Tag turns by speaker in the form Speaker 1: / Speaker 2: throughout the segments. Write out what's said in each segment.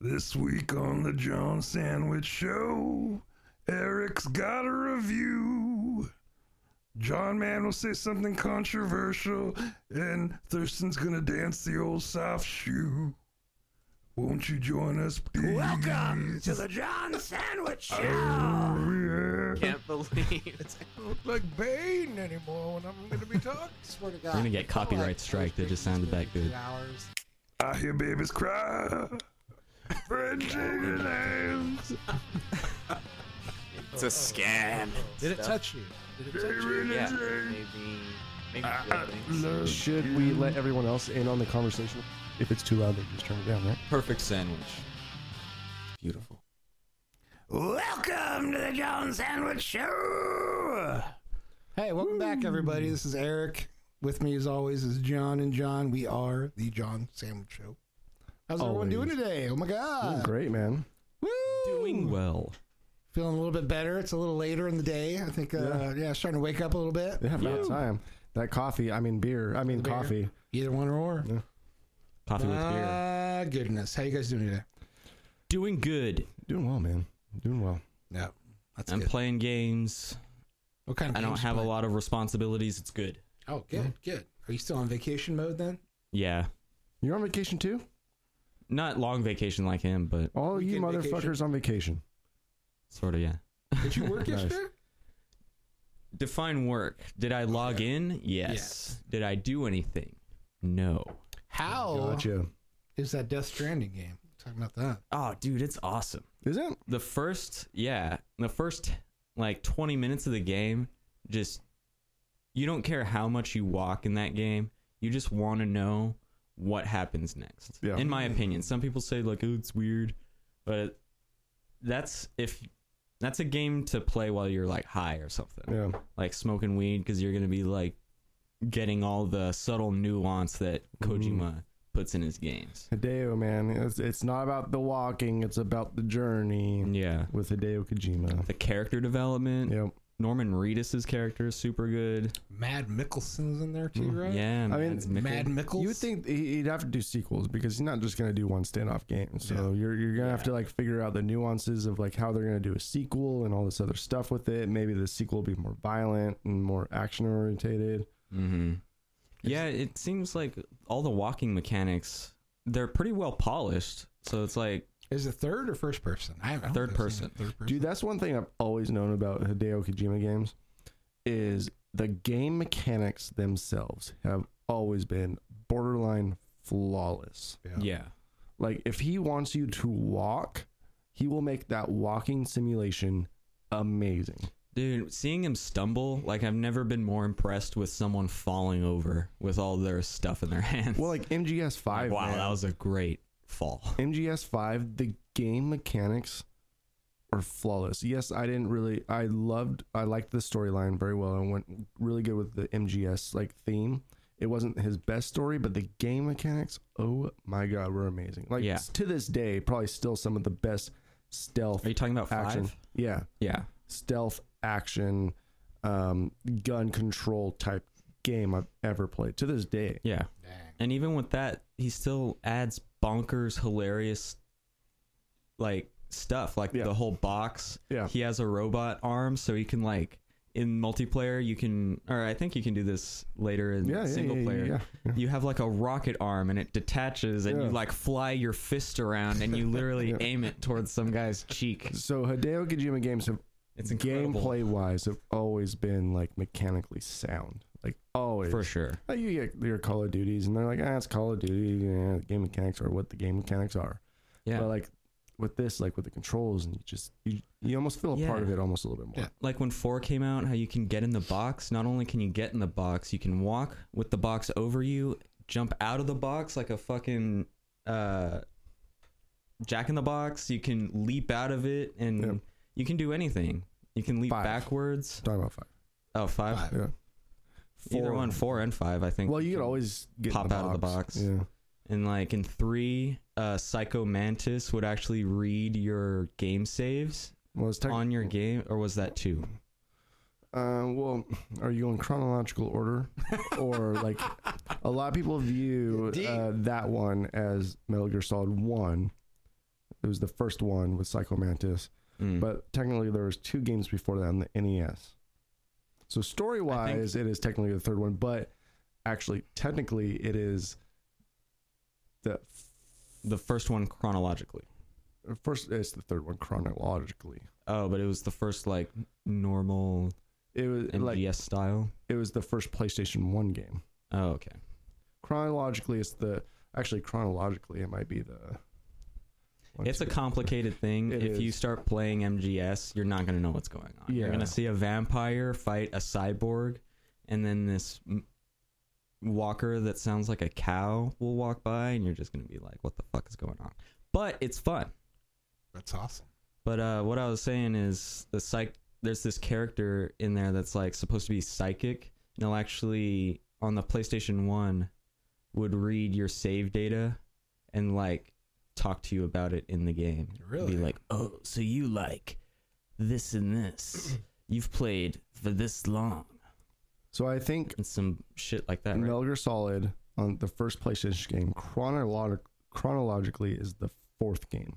Speaker 1: This week on the John Sandwich Show, Eric's got a review. John Man will say something controversial, and Thurston's gonna dance the old soft shoe. Won't you join us, please?
Speaker 2: Welcome to the John Sandwich Show.
Speaker 1: Oh, yeah.
Speaker 3: Can't believe it's
Speaker 4: look like Bane anymore when I'm going to be talking.
Speaker 2: Swear to God.
Speaker 5: We're gonna get copyright strike. That just sounded that good.
Speaker 2: Hours.
Speaker 1: I hear babies cry. French names,
Speaker 3: it's a scam.
Speaker 4: Did it touch you? Did it touch you?
Speaker 1: David
Speaker 3: Yeah,
Speaker 1: and Jane.
Speaker 3: maybe maybe
Speaker 4: Uh,
Speaker 3: real things.
Speaker 1: Love
Speaker 6: Should
Speaker 1: you.
Speaker 6: we let everyone else in on the conversation? If it's too loud, they just turn it down, right?
Speaker 5: Perfect sandwich. Beautiful.
Speaker 2: Welcome to the John Sandwich Show. Hey, welcome back, everybody. This is Eric. With me, as always, is John and John. We are the John Sandwich Show. How's
Speaker 6: Always.
Speaker 2: everyone doing today? Oh my
Speaker 6: Doing
Speaker 2: God.
Speaker 6: Great, man.
Speaker 2: Woo!
Speaker 5: Doing well.
Speaker 2: Feeling a little bit better. It's a little later in the day. I think. Uh, yeah.
Speaker 6: Yeah.
Speaker 2: starting to wake up a little bit.
Speaker 6: Yeah, about time. That coffee, I mean beer, I mean
Speaker 2: Beer.
Speaker 6: coffee.
Speaker 2: Either one or.
Speaker 5: Coffee with beer.
Speaker 2: Ah, goodness. How you guys doing today?
Speaker 5: Uh, Doing good.
Speaker 6: Doing well, man. Doing well.
Speaker 2: Yeah, that's
Speaker 5: I'm
Speaker 2: good.
Speaker 5: playing games.
Speaker 2: what kind of
Speaker 5: I don't
Speaker 2: games
Speaker 5: have
Speaker 2: you
Speaker 5: a
Speaker 2: play?
Speaker 5: lot Mm-hmm. of responsibilities. It's good.
Speaker 2: Oh, good, good. Are you still on vacation mode then?
Speaker 5: Yeah.
Speaker 6: You're on vacation too?
Speaker 5: Not long vacation like him, but
Speaker 6: All you
Speaker 2: Weekend
Speaker 6: motherfuckers
Speaker 2: vacation.
Speaker 6: on vacation.
Speaker 5: sort of, yeah.
Speaker 2: Did you work
Speaker 6: Nice.
Speaker 2: yesterday?
Speaker 5: Define work. Did I log in? Yes.
Speaker 2: Yes.
Speaker 5: Did I do anything? No.
Speaker 2: How
Speaker 6: Gotcha.
Speaker 2: is that Death Stranding game? Talking about that.
Speaker 5: Oh, dude, it's awesome.
Speaker 6: Is it?
Speaker 5: The first, yeah, the first like 20 minutes of the game, just you don't care how much you walk in that game. You just want to know what happens next.
Speaker 6: Yeah.
Speaker 5: In my opinion, some people say like, "Oh, it's weird," but that's if that's a game to play while you're like high or something.
Speaker 6: Yeah.
Speaker 5: like smoking weed because you're gonna be like getting all the subtle nuance that
Speaker 6: Mm-hmm.
Speaker 5: Kojima puts in his games.
Speaker 6: Hideo, man. It's, it's not about the walking, it's about the journey
Speaker 5: Yeah,
Speaker 6: with Hideo Kojima.
Speaker 5: the character development.
Speaker 6: Yep.
Speaker 5: Norman Reedus's character is super good.
Speaker 2: Mad Mickelson's in there too, right?
Speaker 5: Mm, Yeah,
Speaker 6: I mean,
Speaker 5: Mads Mikkel.
Speaker 2: Mad Mickels.
Speaker 6: You would think he- he'd have to do sequels because he's not just gonna do one standoff game. So you're you're gonna have to like figure out the nuances of like how they're gonna do a sequel and all this other stuff with it. Maybe the sequel will be more violent and more action orientated.
Speaker 5: Mm-hmm. Yeah, it seems like all the walking mechanics they're pretty well polished. So it's like
Speaker 2: Is it third or first person? I haven't.
Speaker 5: Third person.
Speaker 2: Third person.
Speaker 6: Dude, that's one thing I've always known about Hideo Kojima games is the game mechanics themselves have always been borderline flawless.
Speaker 5: yeah,
Speaker 6: Like if he wants you to walk, he will make that walking simulation amazing.
Speaker 5: dude, seeing him stumble like I've never been more impressed with someone falling over with all their stuff in their hands.
Speaker 6: Well, like MGS
Speaker 5: Like,
Speaker 6: Five.
Speaker 5: wow, that was a great fall.
Speaker 6: MGS Five. The game mechanics are flawless. Yes, I didn't really. I loved. I liked the storyline very well and went really good with the MGS like theme. It wasn't his best story, but the game mechanics. Oh my god, were amazing. Like
Speaker 5: Yeah.
Speaker 6: s- to this day, probably still some of the best stealth
Speaker 5: Are you talking about five?
Speaker 6: action. Yeah,
Speaker 5: Yeah.
Speaker 6: stealth action, um, gun control type game I've ever played to this day.
Speaker 5: Yeah.
Speaker 2: Dang.
Speaker 5: And even with that, he still adds bonkers, hilarious, like stuff, like
Speaker 6: Yeah.
Speaker 5: the whole box.
Speaker 6: Yeah.
Speaker 5: He has a robot arm, so he can like in multiplayer, you can, or I think you can do this later in
Speaker 6: Yeah, yeah,
Speaker 5: single
Speaker 6: yeah,
Speaker 5: player.
Speaker 6: yeah, yeah.
Speaker 5: You have like a rocket arm, and it detaches, and you
Speaker 6: Yeah.
Speaker 5: like fly your fist around, and you literally aim it towards some guy's cheek.
Speaker 6: So Hideo Kojima games have
Speaker 5: It's incredible.
Speaker 6: gameplay wise have always been like mechanically sound. Like always.
Speaker 5: for sure.
Speaker 6: Like you get your Call of Duties and they're like, ah, it's Call of Duty, yeah, the game mechanics are what the game mechanics are.
Speaker 5: Yeah.
Speaker 6: But like with this, like with the controls and you just you you almost feel a part of
Speaker 5: Yeah.
Speaker 6: it almost a little bit more.
Speaker 2: Yeah.
Speaker 5: like when 4 came out how you can get in the box not only can you get in the box you can walk with the box over you jump out of the box like a fucking uh jack in the box you can leap out of it and
Speaker 6: Yep.
Speaker 5: you can do anything you can leap
Speaker 6: Five.
Speaker 5: backwards
Speaker 6: Talking about five.
Speaker 5: oh five,
Speaker 2: Five.
Speaker 6: Yeah.
Speaker 5: either one four and five i think
Speaker 6: Well, you could
Speaker 5: can-
Speaker 6: always get in
Speaker 5: pop out of the box.
Speaker 6: Yeah.
Speaker 5: and like in three uh psycho mantis would actually read your game saves
Speaker 6: Well, it's tech-
Speaker 5: on your game or was that two
Speaker 6: Uh, well, are you in chronological order, or like a lot of people view uh, that one as Metal Gear Solid One, It was the first one with Psycho Mantis,
Speaker 5: Mm.
Speaker 6: but technically there was two games before that on the NES. So story wise, it is technically the third one, but actually technically it is the
Speaker 5: the first one chronologically.
Speaker 6: f- first. It's the third one chronologically.
Speaker 5: Oh, but it was the first like normal
Speaker 6: It was
Speaker 5: MGS
Speaker 6: like
Speaker 5: style.
Speaker 6: it was the first PlayStation One game.
Speaker 5: Oh, okay.
Speaker 6: Chronologically, it's the actually chronologically it might be the.
Speaker 5: It's a complicated thing.
Speaker 6: It
Speaker 5: if you
Speaker 6: is.
Speaker 5: start playing MGS, you're not going to know what's going on. You're
Speaker 6: Yeah.
Speaker 5: going to see a vampire fight a cyborg, and then this m- walker that sounds like a cow will walk by, and you're just going to be like, what the fuck is going on? But it's fun.
Speaker 2: That's awesome.
Speaker 5: But uh, what I was saying is the psych. There's this character in there that's like supposed to be psychic, and it'll actually on the PlayStation One would read your save data and like talk to you about it in the game.
Speaker 2: Really?
Speaker 5: Be like, oh, so you like this and this. You've played for this long
Speaker 6: So I think
Speaker 5: and some shit like that.
Speaker 6: Melgar
Speaker 5: Right?
Speaker 6: Metal Gear Solid on the first PlayStation game chronolog- chronologically is the fourth game.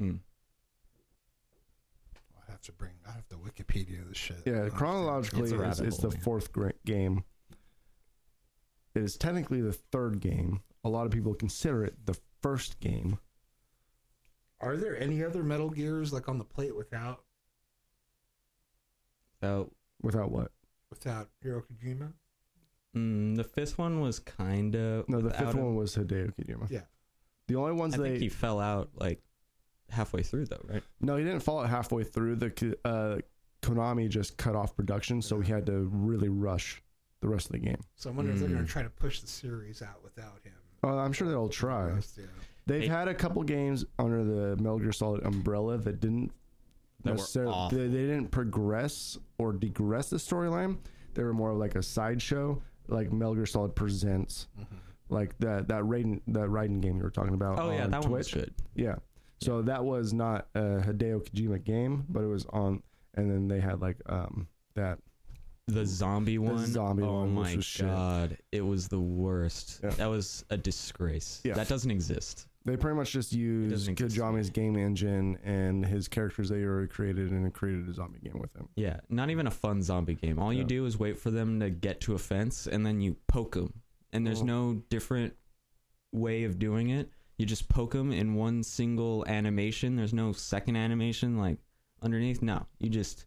Speaker 5: Mm.
Speaker 2: I have to bring. I have to Wikipedia this Oh, shit. I
Speaker 6: Yeah,
Speaker 2: understand.
Speaker 6: chronologically
Speaker 5: It's a
Speaker 6: is,
Speaker 5: rabbit
Speaker 6: is the
Speaker 5: hole, yeah.
Speaker 6: fourth gra- game. It is technically the third game. A lot of people consider it the first game.
Speaker 2: Are there any other Metal Gears like on the plate without
Speaker 5: So
Speaker 6: Without what?
Speaker 2: without Hiro Kojima?
Speaker 5: mm, the fifth one was kind of
Speaker 6: No, the fifth one was Hideo Kojima.
Speaker 2: Yeah.
Speaker 6: The only ones
Speaker 5: I
Speaker 6: they
Speaker 5: think he fell out like halfway through though, right?
Speaker 6: no, he didn't fall out halfway through. The Ko- uh, Konami just cut off production, so he had to really rush the rest of the game.
Speaker 2: So I wonder if they're going
Speaker 5: Mm.
Speaker 2: to try to push the series out without him.
Speaker 6: Uh, I'm sure they'll try.
Speaker 2: Rest, yeah.
Speaker 6: They've
Speaker 5: It-
Speaker 6: had a couple games under the Metal Gear Solid umbrella that didn't
Speaker 5: That were
Speaker 6: necessarily
Speaker 5: awful.
Speaker 6: they, they didn't progress or degress the storyline. They were more of like a sideshow, like Metal Gear Solid presents, like that that Raiden that Raiden game you were talking about.
Speaker 5: Mm-hmm. Oh yeah,
Speaker 6: on
Speaker 5: that
Speaker 6: Twitch.
Speaker 5: one was good.
Speaker 6: Yeah, so that was not a Hideo Kojima game, but it was on, and then they had like um that
Speaker 5: The zombie one.
Speaker 6: zombie
Speaker 5: oh
Speaker 6: one, which
Speaker 5: my
Speaker 6: was shit.
Speaker 5: god, it was the worst.
Speaker 6: Yeah.
Speaker 5: That was a disgrace.
Speaker 6: Yeah.
Speaker 5: That doesn't exist.
Speaker 6: They pretty much just used
Speaker 5: exist.
Speaker 6: Kojami's game engine and his characters they already created and created a zombie game with him.
Speaker 5: Yeah, not even a fun zombie game. All you
Speaker 6: Yeah.
Speaker 5: do is wait for them to get to a fence and then you poke them. And there's
Speaker 6: Oh.
Speaker 5: no different way of doing it. You just poke them in one single animation. There's no second animation like underneath. No, you just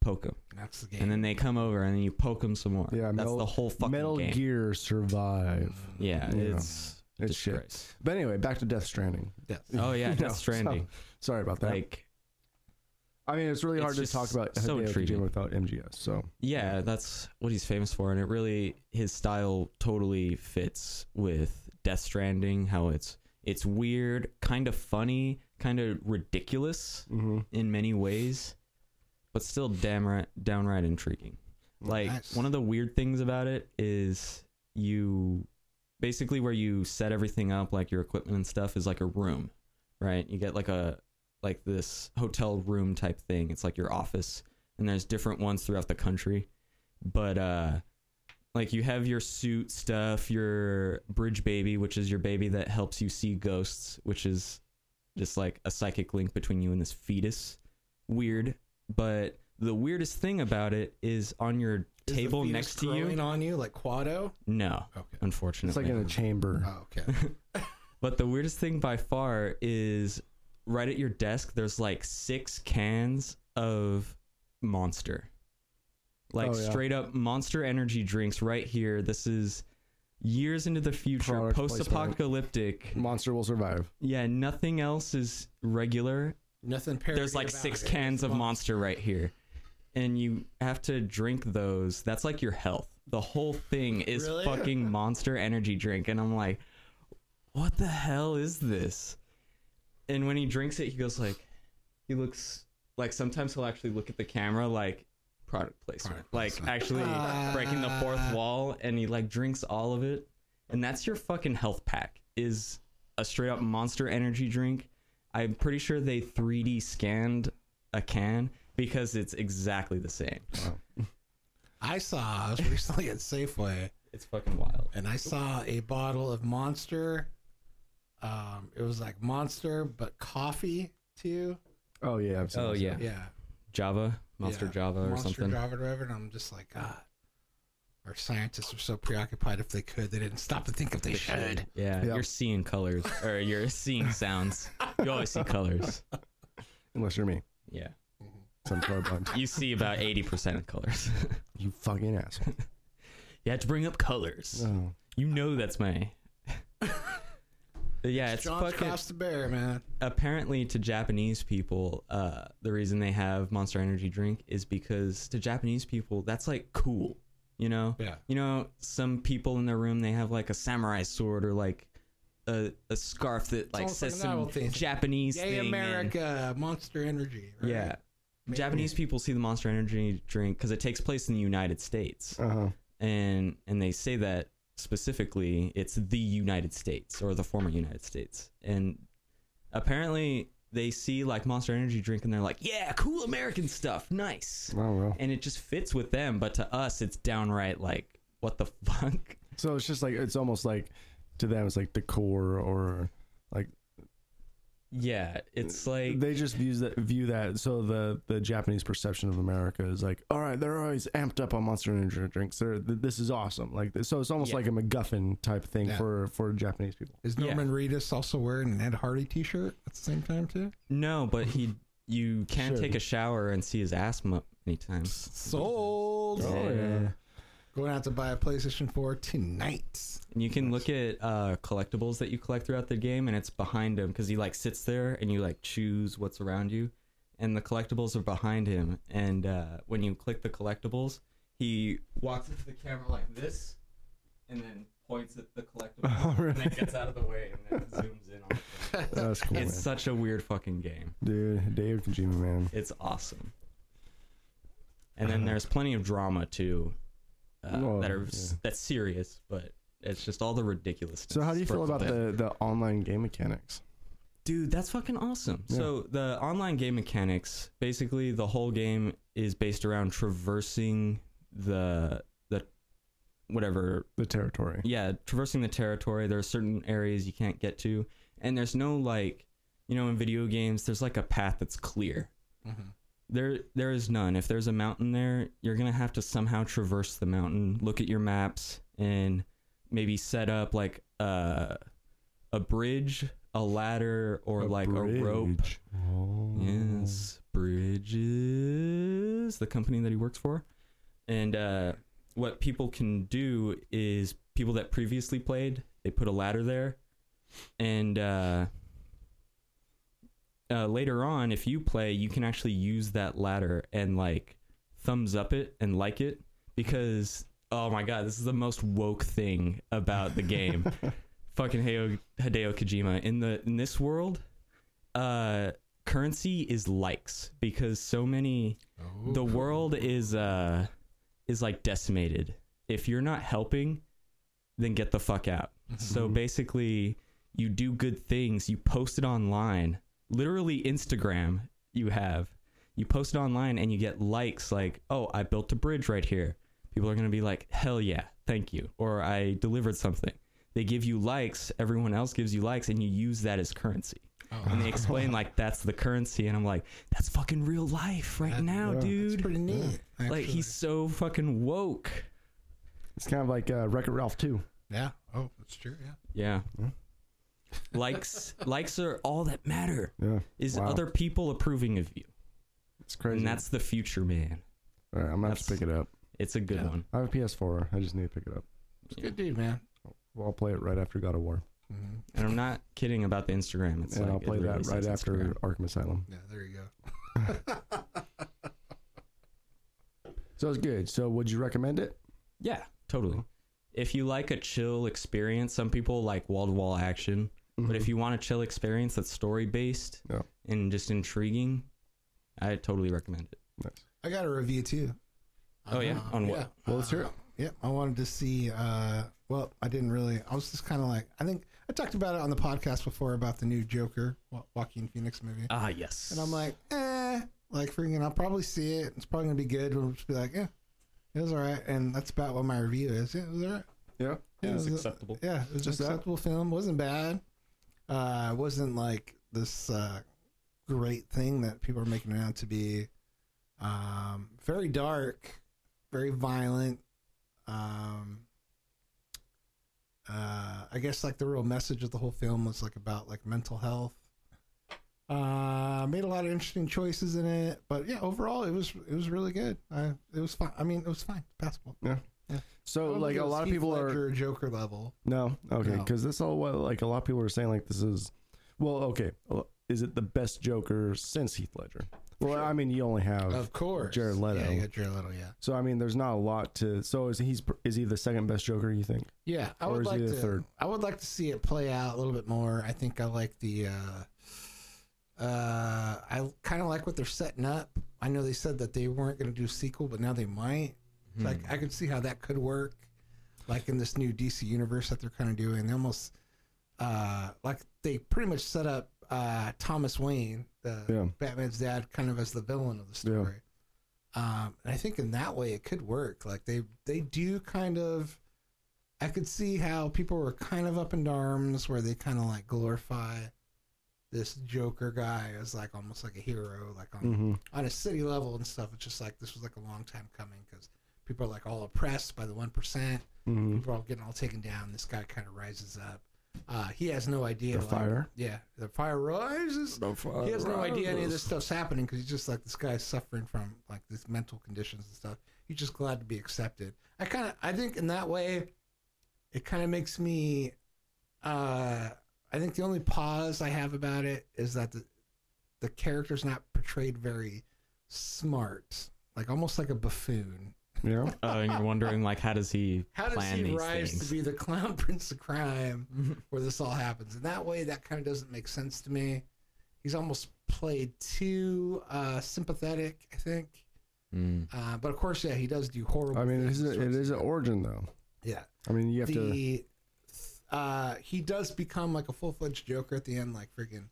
Speaker 5: poke them.
Speaker 2: That's the game.
Speaker 5: And then they come over and then you poke them some more.
Speaker 6: Yeah,
Speaker 5: that's
Speaker 6: Metal-
Speaker 5: the whole fucking
Speaker 6: Metal
Speaker 5: game.
Speaker 6: Gear Survive.
Speaker 5: Yeah,
Speaker 6: Yeah.
Speaker 5: it's
Speaker 6: It's shit.
Speaker 5: disgrace.
Speaker 6: But anyway, back to Death Stranding.
Speaker 2: Yes.
Speaker 5: Oh yeah,
Speaker 6: You know,
Speaker 5: Death Stranding.
Speaker 6: So, sorry about that.
Speaker 5: like
Speaker 6: I mean, it's really
Speaker 5: it's
Speaker 6: hard to
Speaker 5: just
Speaker 6: talk about
Speaker 5: so
Speaker 6: Hideo
Speaker 5: intriguing.
Speaker 6: Kojima without MGS. So
Speaker 5: yeah, that's what he's famous for, and it really his style totally fits with Death Stranding. How it's it's weird, kind of funny, kind of ridiculous
Speaker 6: mhm.
Speaker 5: in many ways, but still damn right, downright intriguing. Like
Speaker 2: Nice.
Speaker 5: one of the weird things about it is you basically where you set everything up, like your equipment and stuff, is like a room, right? You get like a like this hotel room type thing. It's like your office, and there's different ones throughout the country. But uh, like you have your suit stuff, your bridge baby, which is your baby that helps you see ghosts, which is just like a psychic link between you and this fetus. Weird, but the weirdest thing about it is on your
Speaker 2: Is the
Speaker 5: table
Speaker 2: fetus
Speaker 5: next to you.
Speaker 2: growing on you like Quado.
Speaker 5: No,
Speaker 2: Okay.
Speaker 5: unfortunately.
Speaker 6: it's like in a chamber.
Speaker 2: Oh, okay.
Speaker 5: But the weirdest thing by far is right at your desk, there's like six cans of Monster. Like
Speaker 6: Oh, yeah.
Speaker 5: straight up Monster energy drinks right here. This is years into the future,
Speaker 6: Product
Speaker 5: post
Speaker 6: placement.
Speaker 5: apocalyptic.
Speaker 6: Monster will survive.
Speaker 5: Yeah, nothing else is regular.
Speaker 2: Nothing.
Speaker 5: There's like six cans of Monster right here. And you have to drink those. That's like your health. The whole thing is
Speaker 2: Really?
Speaker 5: fucking Monster energy drink. And I'm like, what the hell is this? And when he drinks it, he goes like, he looks like sometimes he'll actually look at the camera like product placement,
Speaker 2: Product
Speaker 5: like
Speaker 2: placement.
Speaker 5: actually breaking the fourth
Speaker 2: Ah.
Speaker 5: wall. And he like drinks all of it. And that's your fucking health pack is a straight up monster energy drink. I'm pretty sure they 3D scanned a can because it's exactly the same.
Speaker 2: I saw. I was recently at Safeway,
Speaker 5: It's fucking wild.
Speaker 2: and I saw a bottle of Monster, Um, it was like Monster, but coffee too.
Speaker 6: Oh yeah, I've seen
Speaker 5: Oh,
Speaker 6: those,
Speaker 5: yeah.
Speaker 2: Yeah,
Speaker 5: Java, Monster
Speaker 2: Yeah.
Speaker 5: Java, or
Speaker 2: Monster
Speaker 5: something. Ah.
Speaker 2: Java, or whatever. And I'm just like, God. Our scientists were so preoccupied if they could, they didn't stop to think if they should.
Speaker 5: Yeah,
Speaker 6: Yeah.
Speaker 5: you're seeing colors or you're seeing sounds. You always see colors.
Speaker 6: Unless you're me,
Speaker 5: Yeah,
Speaker 6: some colorblind.
Speaker 5: you see about eighty percent of colors.
Speaker 6: you fucking asshole. Oh,
Speaker 5: You have to bring up colors.
Speaker 6: No.
Speaker 5: You know that's my. But yeah, it's
Speaker 2: John
Speaker 5: fucking.
Speaker 2: crossed the bear, man.
Speaker 5: Apparently, to Japanese people, uh, the reason they have Monster Energy drink is because to Japanese people, that's like cool. You know,
Speaker 2: Yeah.
Speaker 5: you know, some people in their room they have like a samurai sword or like a, a scarf that like
Speaker 2: almost like
Speaker 5: says
Speaker 2: a novel
Speaker 5: some
Speaker 2: thing.
Speaker 5: Japanese
Speaker 2: Yay,
Speaker 5: thing. and-
Speaker 2: America! Monster Energy. right?
Speaker 5: Yeah.
Speaker 2: Maybe.
Speaker 5: Japanese people see the Monster Energy drink because it takes place in the United States,
Speaker 6: Uh huh.
Speaker 5: and and they say that specifically it's the United States or the former United States, and apparently they see like Monster Energy drink and they're like, yeah, cool American stuff, nice,
Speaker 6: I don't know.
Speaker 5: and it just fits with them. But to us, it's downright like, what the fuck?
Speaker 6: So it's just like it's almost like to them it's like the core or like
Speaker 5: Yeah, it's like
Speaker 6: they just views that view that so the the Japanese perception of America is like all right they're always amped up on Monster Energy drinks they're th- this is awesome like so it's almost
Speaker 5: Yeah.
Speaker 6: like a MacGuffin type thing
Speaker 2: Yeah.
Speaker 6: for for Japanese people
Speaker 2: Is
Speaker 5: Yeah.
Speaker 2: Norman Reedus also wearing an Ed Hardy T-shirt at the same time too?
Speaker 5: no, but he. You can
Speaker 6: Should.
Speaker 5: take a shower and see his ass mu- anytime.
Speaker 2: Sold.
Speaker 5: Oh,
Speaker 2: Going out to buy a PlayStation 4 tonight.
Speaker 5: And you can look at uh, collectibles that you collect throughout the game, and it's behind him because he like sits there and you like choose what's around you, and the collectibles are behind him. And uh, when you click the collectibles, he walks into the camera like this, and then points at the collectible,
Speaker 6: Oh,
Speaker 5: and then
Speaker 6: really?
Speaker 5: gets out of the way, and then zooms in. on the collectible.
Speaker 6: that's cool
Speaker 5: It's such a weird fucking game.
Speaker 6: man. dude Dave Kojima man
Speaker 5: It's awesome. And
Speaker 6: Uh-huh.
Speaker 5: then there's plenty of drama too, uh,
Speaker 6: Well,
Speaker 5: that are s that's serious, but it's just all the ridiculousness.
Speaker 6: so how do you feel
Speaker 5: sprinkled
Speaker 6: about
Speaker 5: in.
Speaker 6: the the online game mechanics
Speaker 5: Dude, that's fucking awesome.
Speaker 6: Yeah.
Speaker 5: So the online game mechanics, basically the whole game is based around traversing the the whatever
Speaker 6: the territory
Speaker 5: yeah, traversing the territory. There are certain areas you can't get to. And there's no like you know, in video games there's like a path that's clear.
Speaker 6: Mm-hmm.
Speaker 5: There there is none. If there's a mountain there, you're gonna have to somehow traverse the mountain, look at your maps and maybe set up like a a bridge, a ladder, or
Speaker 6: A
Speaker 5: like a rope.
Speaker 6: bridge. oh.
Speaker 5: Yes, Bridges, the company that he works for. And uh, what people can do is people that previously played, they put a ladder there. And uh, uh, later on, if you play, you can actually use that ladder and like thumbs up it and like it because, oh my God, this is the most woke thing about the game. Fucking Hideo, Hideo Kojima. In, the, in this world, uh, currency is likes because so many the world is uh is like decimated if you're not helping then get the fuck out so basically you do good things you post it online literally instagram you have you post it online and you get likes like oh i built a bridge right here people are going to be like hell yeah thank you or i delivered something they give you likes everyone else gives you likes and you use that as currency
Speaker 6: Oh.
Speaker 5: and they explain like that's the currency and i'm like that's fucking real life right now dude
Speaker 2: It's pretty neat.
Speaker 5: like
Speaker 2: actually.
Speaker 5: he's so fucking woke
Speaker 6: it's kind of like uh, Wreck-It Ralph too
Speaker 2: yeah. Oh, that's true. Yeah.
Speaker 5: yeah
Speaker 6: Hmm?
Speaker 5: likes likes are all that matter
Speaker 6: yeah
Speaker 5: is
Speaker 6: Wow.
Speaker 5: other people approving of you
Speaker 6: it's crazy
Speaker 5: and that's the future man
Speaker 6: all right I'm gonna have to
Speaker 5: that's-
Speaker 6: pick it up
Speaker 5: it's a good
Speaker 2: Yeah.
Speaker 5: one
Speaker 6: I have a PS4 I just need to pick it up
Speaker 2: It's a good dude, man.
Speaker 6: I'll play it right after God of War
Speaker 2: Mhm.
Speaker 5: and i'm not kidding about the instagram it's
Speaker 6: and
Speaker 5: like
Speaker 6: I'll
Speaker 5: it
Speaker 6: play
Speaker 5: really
Speaker 6: that right
Speaker 5: says
Speaker 6: after
Speaker 5: Instagram.
Speaker 6: Arkham Asylum.
Speaker 2: Yeah, there you go.
Speaker 6: So it's good. So would you recommend it?
Speaker 5: yeah totally if you like a chill experience some people like wall-to-wall action But if you want a chill experience that's story based
Speaker 6: Yeah.
Speaker 5: and just intriguing, I totally recommend it.
Speaker 2: I got a review too.
Speaker 5: Oh, yeah? On what?
Speaker 2: Uh-huh. Yeah.
Speaker 6: Well, let's hear it.
Speaker 2: Yep, I wanted to see. Uh, well, I didn't really. I was just kind of like, I think I talked about it on the podcast before about the new Joker, Wa- Joaquin Phoenix movie,
Speaker 5: Ah, yes.
Speaker 2: and I'm like, eh, like freaking, I'll probably see it. It's probably gonna be good. We'll just be like, yeah, it was all right, and that's about what my review is. Yeah, it was all right.
Speaker 6: yeah,
Speaker 5: It's
Speaker 2: Yeah, it was a-
Speaker 5: acceptable.
Speaker 2: yeah, it was
Speaker 6: Just
Speaker 2: an
Speaker 6: that?
Speaker 2: acceptable film. wasn't bad. uh, wasn't like this uh, great thing that people are making it out to be. Um, very dark, very violent. Um, uh, I guess like the real message of the whole film was like about like mental health. Uh, made a lot of interesting choices in it, but yeah, overall it was it was really good. I, it was fine. I mean, it was fine, passable. I
Speaker 6: So
Speaker 2: don't
Speaker 6: like
Speaker 2: think it
Speaker 6: a
Speaker 2: was
Speaker 6: lot of
Speaker 2: Oh, Heath
Speaker 6: people are
Speaker 2: Ledger Joker level.
Speaker 6: No, okay,
Speaker 2: No.
Speaker 6: because that's all what like a lot of people are saying. Like this is, well, okay, well, is it the best Joker since Heath Ledger? Well, I mean, you only have
Speaker 2: Of course,
Speaker 6: Jared Leto.
Speaker 2: Yeah, you got Jared Leto. Yeah,
Speaker 6: so I mean, there's not a lot to. So is he's is he the second best Joker? You think?
Speaker 2: yeah. I
Speaker 6: Or
Speaker 2: would
Speaker 6: is he
Speaker 2: like
Speaker 6: the
Speaker 2: to.
Speaker 6: third?
Speaker 2: I would like to see it play out a little bit more. I think I like the. Uh, uh, I kind of like what they're setting up. I know they said that they weren't going to do sequel, but now they might. So Like
Speaker 6: Hmm.
Speaker 2: I can see how that could work, like in this new DC universe that they're kind of doing. They almost, uh, like they pretty much set up uh, Thomas Wayne, the
Speaker 6: Yeah.
Speaker 2: Batman's dad, kind of as the villain of the
Speaker 6: Yeah.
Speaker 2: story. Um, and I think in that way it could work. Like they they do kind of. I could see how people were kind of up in arms where they kind of like glorify this Joker guy as like almost like a hero, like on
Speaker 6: Mm-hmm.
Speaker 2: on a city level and stuff. It's just like this was like a long time coming because people are like all oppressed by the one percent.
Speaker 6: Mm-hmm.
Speaker 2: People are all getting all taken down. This guy kind of rises up. Uh, he has no idea.
Speaker 6: The
Speaker 2: like-
Speaker 6: fire?
Speaker 2: yeah, the fire rises. He has no idea any of this stuff's happening because he's just like this guy's suffering from like these mental conditions and stuff. He's just glad to be accepted. I kind of, I think in that way, it kind of makes me. uh I think the only pause I have about it is that the the character's not portrayed very smart, like almost like a buffoon.
Speaker 6: Yeah.
Speaker 5: Oh, and you're wondering like, how does he
Speaker 2: How does
Speaker 5: plan
Speaker 2: he
Speaker 5: these
Speaker 2: rise
Speaker 5: things?
Speaker 2: to be the clown prince of crime where this all happens? And that way, that kind of doesn't make sense to me. He's almost played too uh, sympathetic, I think.
Speaker 5: Mm.
Speaker 2: Uh, but of course, yeah, he does do horrible.
Speaker 6: I mean, it
Speaker 2: things
Speaker 6: is a, it
Speaker 2: towards-
Speaker 6: is an origin though.
Speaker 2: Yeah,
Speaker 6: I mean, you have to.
Speaker 2: the uh, he does become like a full fledged Joker at the end, like freaking.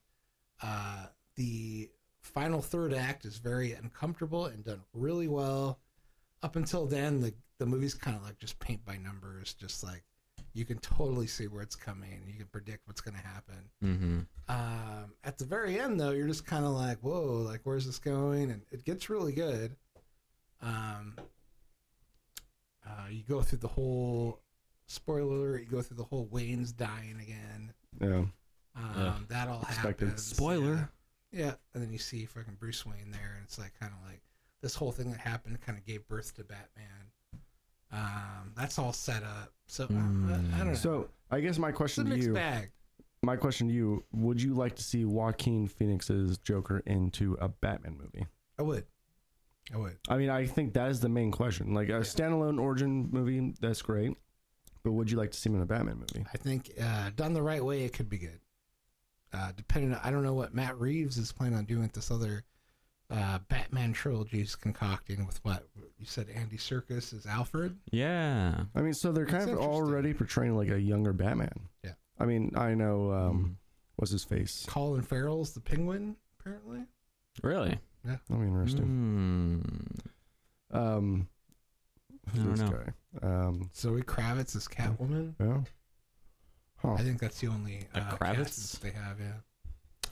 Speaker 2: Uh, the final third act is very uncomfortable and done really well. Up until then, the the movie's kind of like just paint by numbers, just like you can totally see where it's coming, you can predict what's going to happen.
Speaker 5: Mm-hmm.
Speaker 2: Um, at the very end, though, you're just kind of like, "Whoa, like where's this going?" And it gets really good. Um, uh, you go through the whole spoiler alert. You go through the whole Wayne's dying again.
Speaker 6: Yeah.
Speaker 2: Um,
Speaker 5: Yeah.
Speaker 2: That all
Speaker 6: Expected.
Speaker 2: happens.
Speaker 5: Spoiler.
Speaker 2: Yeah. Yeah, and then you see fucking Bruce Wayne there, and it's like kind of like this whole thing that happened kind of gave birth to Batman. Um, that's all set up. So um, I, I don't know.
Speaker 6: So I guess my
Speaker 2: it's a
Speaker 6: question to
Speaker 2: mixed
Speaker 6: you,
Speaker 2: bag.
Speaker 6: my question to you, would you like to see Joaquin Phoenix's Joker into a Batman movie?
Speaker 2: I would. I would.
Speaker 6: I mean, I think that is the main question. Like a standalone origin movie, that's great. But would you like to see him in a Batman movie?
Speaker 2: I think uh, done the right way, it could be good. Uh, depending, on, I don't know what Matt Reeves is planning on doing with this other uh, Batman trilogy he's concocting with what you said. Andy Circus is Alfred.
Speaker 5: Yeah.
Speaker 6: I mean, so they're
Speaker 2: That's
Speaker 6: kind of
Speaker 2: interesting.
Speaker 6: already portraying like a younger Batman.
Speaker 2: Yeah. Mm-hmm.
Speaker 6: I mean, I know um, what's his face.
Speaker 2: Colin Farrell's the Penguin, apparently.
Speaker 5: Mm. Really?
Speaker 6: That'll be interesting.
Speaker 5: Mm.
Speaker 2: Mm-hmm.
Speaker 6: Um, who's
Speaker 5: I don't
Speaker 6: this
Speaker 5: know.
Speaker 6: guy? Um,
Speaker 2: Zoe Kravitz is Catwoman.
Speaker 6: yeah. Huh.
Speaker 2: I think that's Oh. the only
Speaker 5: A
Speaker 2: uh,
Speaker 5: Kravitz?
Speaker 2: Kravitz they have. Yeah.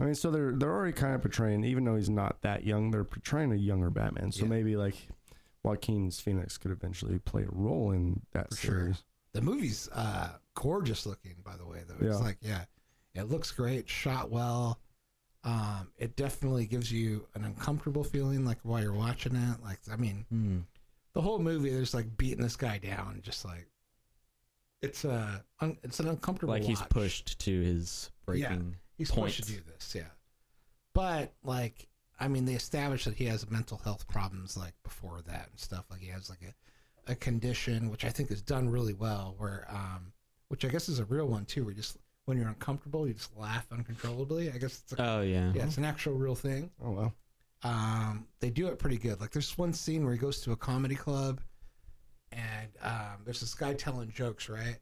Speaker 6: I mean, so they're they're already kind of portraying, even though he's not that young, they're portraying a younger Batman. So
Speaker 2: Yeah.
Speaker 6: maybe like Joaquin's Phoenix could eventually play a role in that
Speaker 2: For sure.
Speaker 6: series.
Speaker 2: The movie's uh, gorgeous looking, by the way. Though it's
Speaker 6: Yeah.
Speaker 2: like, yeah, it looks great, shot well. Um, it definitely gives you an uncomfortable feeling, like while you're watching it. Like, I mean,
Speaker 5: Mm.
Speaker 2: the whole movie, they're just like beating this guy down, just like it's a un, it's an uncomfortable.
Speaker 5: Like he's
Speaker 2: watch.
Speaker 5: pushed to his breaking.
Speaker 2: He's pushed
Speaker 5: points.
Speaker 2: to do this, yeah. But like, I mean, they established that he has mental health problems like before that and stuff. Like he has like a, a condition which I think is done really well, where um, which I guess is a real one too, where you just when you're uncomfortable, you just laugh uncontrollably. I guess it's a,
Speaker 5: Oh yeah.
Speaker 2: yeah, it's an actual real thing
Speaker 6: Oh wow.
Speaker 2: um, they do it pretty good. Like there's one scene where he goes to a comedy club, and um, there's this guy telling jokes, right?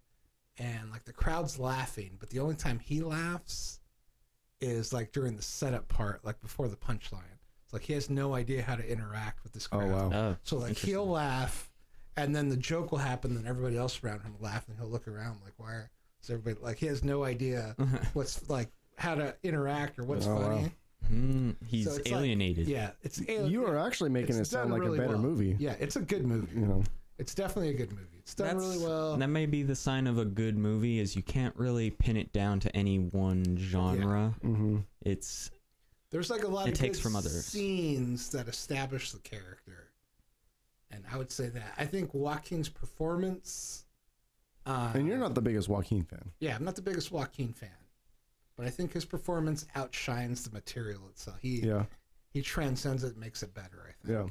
Speaker 2: And like the crowd's laughing, but the only time he laughs is like during the setup part, like before the punchline. It's like he has no idea how to interact with this
Speaker 6: Oh
Speaker 2: crowd.
Speaker 6: wow.
Speaker 5: Oh,
Speaker 2: So like
Speaker 5: interesting.
Speaker 2: he'll laugh, and then the joke will happen, then everybody else around him will laugh, and he'll look around like, why is everybody like? He has no idea what's like how to interact or what's
Speaker 6: Oh, wow.
Speaker 2: funny.
Speaker 5: Hmm, he's
Speaker 2: it's like-
Speaker 5: alienated.
Speaker 2: Yeah, it's
Speaker 6: You are actually making
Speaker 2: it's
Speaker 6: it sound
Speaker 2: done
Speaker 6: like
Speaker 2: really
Speaker 6: a better
Speaker 2: well.
Speaker 6: movie.
Speaker 2: Yeah, it's a good movie.
Speaker 6: You know,
Speaker 2: It's definitely a good movie. It's done
Speaker 5: That's-
Speaker 2: really well.
Speaker 5: That may be the sign of a good movie is you can't really pin it down to any one genre.
Speaker 6: mm-hmm.
Speaker 5: It's
Speaker 2: There's like a lot
Speaker 5: It
Speaker 2: of
Speaker 5: takes
Speaker 2: good
Speaker 5: from others.
Speaker 2: scenes that establish the character, and I would say that I think Joaquin's performance. Uh,
Speaker 6: and you're not the biggest Joaquin fan.
Speaker 2: Yeah, I'm not the biggest Joaquin fan, but I think his performance outshines the material itself. He
Speaker 6: Yeah,
Speaker 2: he transcends it, makes it better. I think.
Speaker 6: yeah.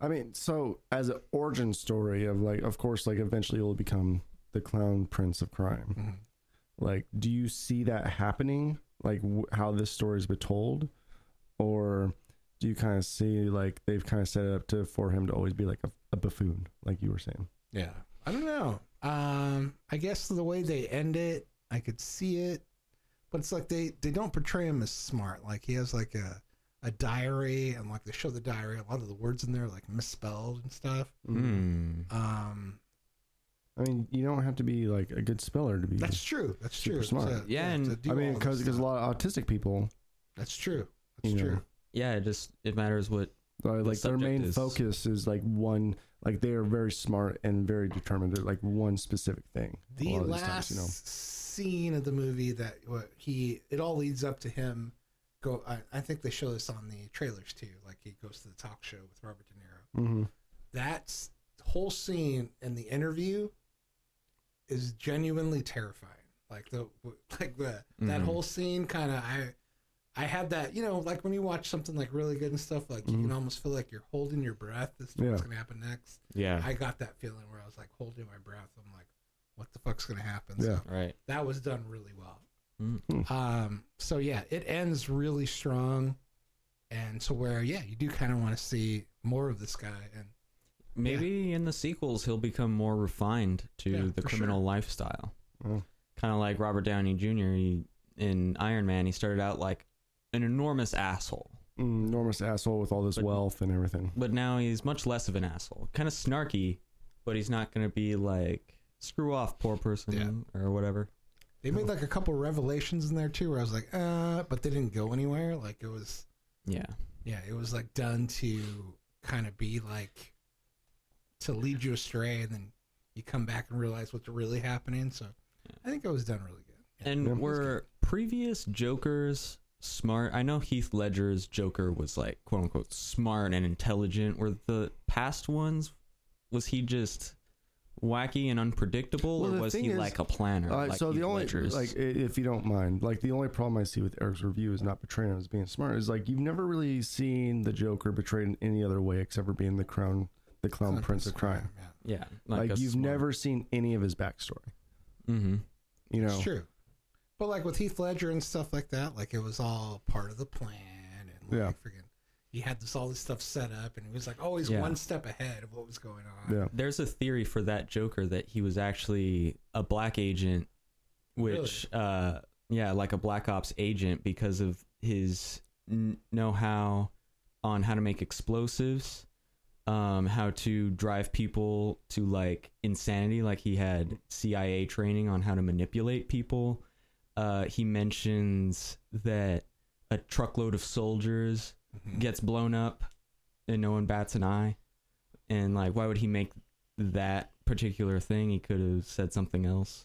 Speaker 6: I mean, so as an origin story of like, of course, like eventually you'll become the clown prince of crime.
Speaker 2: Mhm.
Speaker 6: Like, do you see that happening? Like w- how this story has been told, or do you kind of see like they've kind of set it up to for him to always be like a, a buffoon, like you were saying?
Speaker 2: Yeah. I don't know. Um, I guess the way they end it, I could see it, but it's like they they don't portray him as smart. Like he has like a a diary, and like they show the diary, a lot of the words in there are, like misspelled and stuff.
Speaker 5: hmm.
Speaker 2: Um,
Speaker 6: I mean, you don't have to be like a good speller to be.
Speaker 2: that's true. That's
Speaker 6: Super
Speaker 2: true.
Speaker 6: smart.
Speaker 5: Yeah, and-
Speaker 2: do
Speaker 6: I
Speaker 2: all
Speaker 6: mean,
Speaker 2: this
Speaker 6: because
Speaker 2: stuff.
Speaker 6: a lot of autistic people,
Speaker 2: that's true. That's
Speaker 6: you know,
Speaker 2: true.
Speaker 5: yeah. It just it matters what.
Speaker 6: uh, like their
Speaker 5: subject
Speaker 6: main
Speaker 5: is-
Speaker 6: focus is like one, like they are very smart and very determined at like one specific thing. a
Speaker 2: the
Speaker 6: lot of these
Speaker 2: last
Speaker 6: times, you know.
Speaker 2: scene of the movie that what he it all leads up to him go I, I think they show this on the trailers too like he goes to the talk show with robert de niro
Speaker 6: Mhm.
Speaker 2: that whole scene and the interview is genuinely terrifying like the like the that
Speaker 5: Mhm.
Speaker 2: whole scene kind of i i had that you know like when you watch something like really good and stuff like you can almost feel like you're holding your breath this is what's
Speaker 6: Yeah.
Speaker 2: gonna happen next
Speaker 5: Yeah.
Speaker 2: I got that feeling where I was like holding my breath. I'm like, what the fuck's gonna happen?
Speaker 6: Yeah.
Speaker 2: So
Speaker 5: right.
Speaker 2: that was done really well.
Speaker 5: Mm.
Speaker 2: Um, so yeah, it ends really strong, and to where yeah, you do kind of want to see more of this guy. And
Speaker 5: Maybe in the sequels he'll become more refined to
Speaker 2: Yeah,
Speaker 5: the
Speaker 2: for
Speaker 5: criminal lifestyle.
Speaker 6: Yeah.
Speaker 5: Mm. Kind of like Robert Downey Jr. He, in Iron Man, he started out like an enormous asshole,
Speaker 6: Mm, enormous asshole with all this
Speaker 5: But-
Speaker 6: wealth and everything.
Speaker 5: but now he's much less of an asshole. Kind of snarky, but he's not going to be like screw off poor person or whatever.
Speaker 2: they made like a couple revelations in there too, where I was like, uh, but they didn't go anywhere. Like it was,
Speaker 5: Yeah.
Speaker 2: yeah, it was like done to kind of be like to lead you astray, and then you come back and realize what's really happening. So I think it was done really good. Yeah.
Speaker 5: And
Speaker 6: Yeah.
Speaker 5: were previous Jokers smart? I know Heath Ledger's Joker was like quote unquote smart and intelligent. Were the past ones was he just wacky and unpredictable,
Speaker 6: Well,
Speaker 5: or
Speaker 6: the
Speaker 5: was
Speaker 6: thing
Speaker 5: he
Speaker 6: is-
Speaker 5: like a planner?
Speaker 6: Uh,
Speaker 5: like
Speaker 6: so the
Speaker 5: Heath
Speaker 6: only
Speaker 5: Ledger's?
Speaker 6: like i- if you don't mind, like the only problem I see with Eric's review is not portraying him as being smart. Is like you've never really seen the Joker portrayed in any other way except for being the crown, the clown prince of crime.
Speaker 2: Yeah.
Speaker 5: yeah,
Speaker 6: Like,
Speaker 5: a
Speaker 6: you've
Speaker 5: smart-
Speaker 6: never seen any of his backstory.
Speaker 5: Mhm.
Speaker 6: You know,
Speaker 2: It's true. But like with Heath Ledger and stuff like that, like it was all part of the plan and like
Speaker 6: Yeah.
Speaker 2: freaking he had this all this stuff set up and he was like always
Speaker 5: Yeah.
Speaker 2: one step ahead of what was going on.
Speaker 6: yeah.
Speaker 5: There's a theory for that Joker that he was actually a black agent, which uh yeah, like a black ops agent because of his n- know-how on how to make explosives, um how to drive people to like insanity like he had CIA training on how to manipulate people. Uh he mentions that a truckload of soldiers gets blown up and no one bats an eye. And like, why would he make that particular thing? He could have said something else.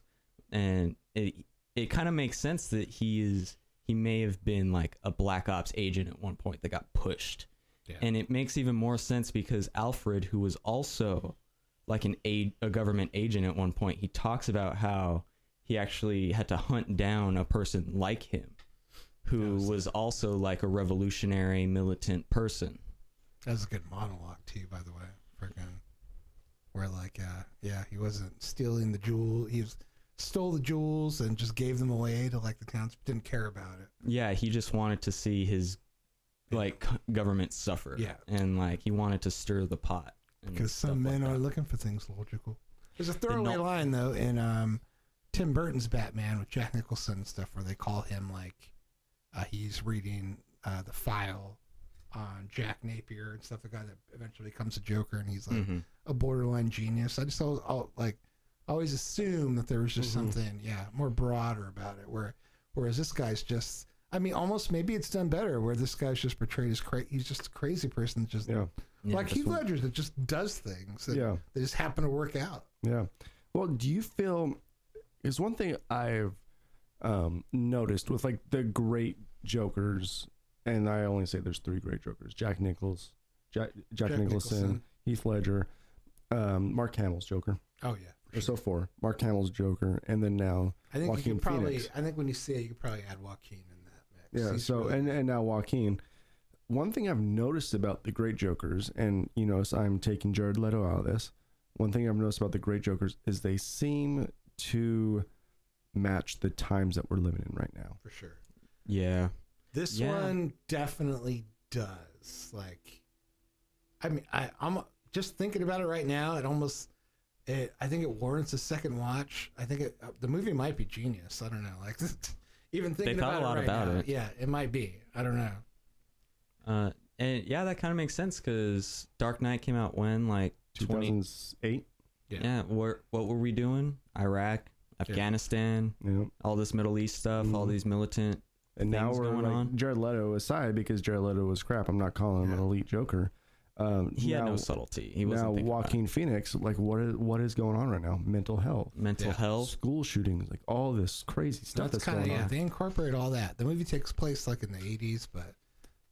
Speaker 5: And it it kind of makes sense that he is he may have been like a black ops agent at one point that got pushed.
Speaker 2: Yeah.
Speaker 5: And it makes even more sense because Alfred, who was also like an aid, a government agent at one point, he talks about how he actually had to hunt down a person like him, who was also like a revolutionary militant person.
Speaker 2: That was a good monologue too, by the way. Freaking where like uh yeah, he wasn't stealing the jewel. He was stole the jewels and just gave them away to like the towns didn't care about it.
Speaker 5: Yeah, he just wanted to see his like c- government suffer.
Speaker 2: Yeah.
Speaker 5: and like he wanted to stir the pot. and
Speaker 2: Because some
Speaker 5: stuff like
Speaker 2: men are
Speaker 5: that.
Speaker 2: looking for things logical. There's a throwaway
Speaker 5: not-
Speaker 2: line though in um, Tim Burton's Batman with Jack Nicholson and stuff, where they call him like uh, he's reading uh, the file on Jack Napier and stuff. The guy that eventually becomes a Joker, and he's like
Speaker 5: Mhm.
Speaker 2: a borderline genius. I just
Speaker 6: Mm-hmm.
Speaker 2: always, I'll, like I always assume that there was just something, yeah, more broader about it, where Whereas this guy's just, I mean, almost maybe it's done better where this guy's just portrayed as crazy. He's just a crazy person that just,
Speaker 6: Yeah.
Speaker 5: Yeah,
Speaker 2: like
Speaker 5: that's
Speaker 2: Heath
Speaker 5: what-
Speaker 2: Ledger, that just does things that,
Speaker 6: Yeah.
Speaker 2: that just happen to work out.
Speaker 6: Yeah. Well, do you feel is one thing I've um, noticed with like the great jokers, and I only say there's three great jokers: Jack Nichols, Jack, Jack,
Speaker 2: Jack
Speaker 6: Nicholson,
Speaker 2: Nicholson.
Speaker 6: Heath Ledger, um, Mark Hamill's Joker.
Speaker 2: Oh yeah,
Speaker 6: Or so four: Mark Hamill's Joker, and then now
Speaker 2: I think you
Speaker 6: Joaquin
Speaker 2: could probably.
Speaker 6: Phoenix.
Speaker 2: I think when you see it, you could probably add Joaquin in that mix.
Speaker 6: Yeah.
Speaker 2: He's
Speaker 6: so
Speaker 2: really-
Speaker 6: and and now Joaquin. One thing I've noticed about the Great Jokers, and you know, so I'm taking Jared Leto out of this. One thing I've noticed about the Great Jokers is they seem to match the times that we're living in right now.
Speaker 2: for sure,
Speaker 5: Yeah.
Speaker 2: this
Speaker 5: Yeah.
Speaker 2: one definitely does. Like, I mean, I, I'm just thinking about it right now. It almost, it, I think it warrants a second watch. I think it, uh, the movie might be genius. I don't know. Like, even thinking
Speaker 5: thought
Speaker 2: about
Speaker 5: a lot
Speaker 2: it right
Speaker 5: about
Speaker 2: now,
Speaker 5: it.
Speaker 2: yeah, it might be. I don't know.
Speaker 5: Uh, and yeah, that kind of makes sense because Dark Knight came out when like 20.
Speaker 6: 2008.
Speaker 5: Yeah. what what were we doing? Iraq, Afghanistan,
Speaker 6: You know,
Speaker 5: all this Middle East stuff, all
Speaker 2: Mm-hmm.
Speaker 6: Mhm.
Speaker 5: these militant.
Speaker 6: and now
Speaker 5: Things
Speaker 6: we're
Speaker 5: going
Speaker 6: like
Speaker 5: on.
Speaker 6: Jared Leto aside because Jared Leto was crap. I'm not calling him an
Speaker 2: Yeah.
Speaker 6: elite Joker. Um,
Speaker 5: He had
Speaker 6: now-
Speaker 5: no subtlety. He wasn't
Speaker 6: now
Speaker 5: thinking about
Speaker 6: Joaquin Phoenix, like what is what is going on right now? Mental health,
Speaker 5: mental
Speaker 2: Yeah.
Speaker 5: health.
Speaker 6: school shootings, like all this crazy stuff that's,
Speaker 2: that's kind of
Speaker 6: going on.
Speaker 2: yeah. They incorporate all that. The movie takes place like in the '80s, but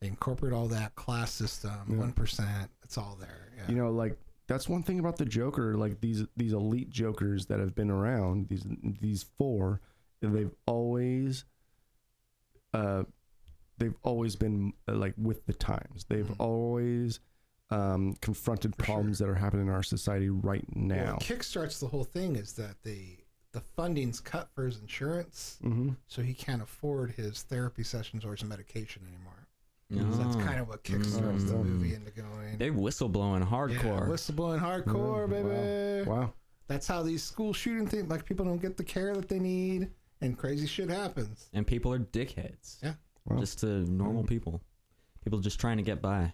Speaker 2: they incorporate all that class system,
Speaker 6: Yeah.
Speaker 2: one It's all there. Yeah.
Speaker 6: you know like that's one thing about the joker like these these elite jokers that have been around these these four they've always uh they've always been uh, like with the times they've
Speaker 2: Mhm.
Speaker 6: always um confronted
Speaker 2: For
Speaker 6: problems that are happening in our society right
Speaker 2: Well,
Speaker 6: now
Speaker 2: what kickstarts the whole thing is that the the funding's cut for his insurance,
Speaker 6: hmm
Speaker 2: so he can't afford his therapy sessions or his medication anymore. So that's
Speaker 5: Oh.
Speaker 6: Mm.
Speaker 2: kind of what kickstarts the
Speaker 5: Mm.
Speaker 2: movie into going.
Speaker 5: They whistleblowing
Speaker 2: Yeah,
Speaker 5: hardcore.
Speaker 2: whistleblowing hardcore,
Speaker 6: Yeah,
Speaker 2: baby.
Speaker 6: Mm. wow
Speaker 2: That's how these school shooting things, like people don't get the care that they need, and crazy shit happens.
Speaker 5: and people are dickheads.
Speaker 2: Yeah.
Speaker 6: Well.
Speaker 5: just to normal
Speaker 6: Mm.
Speaker 5: people. People just trying to get by.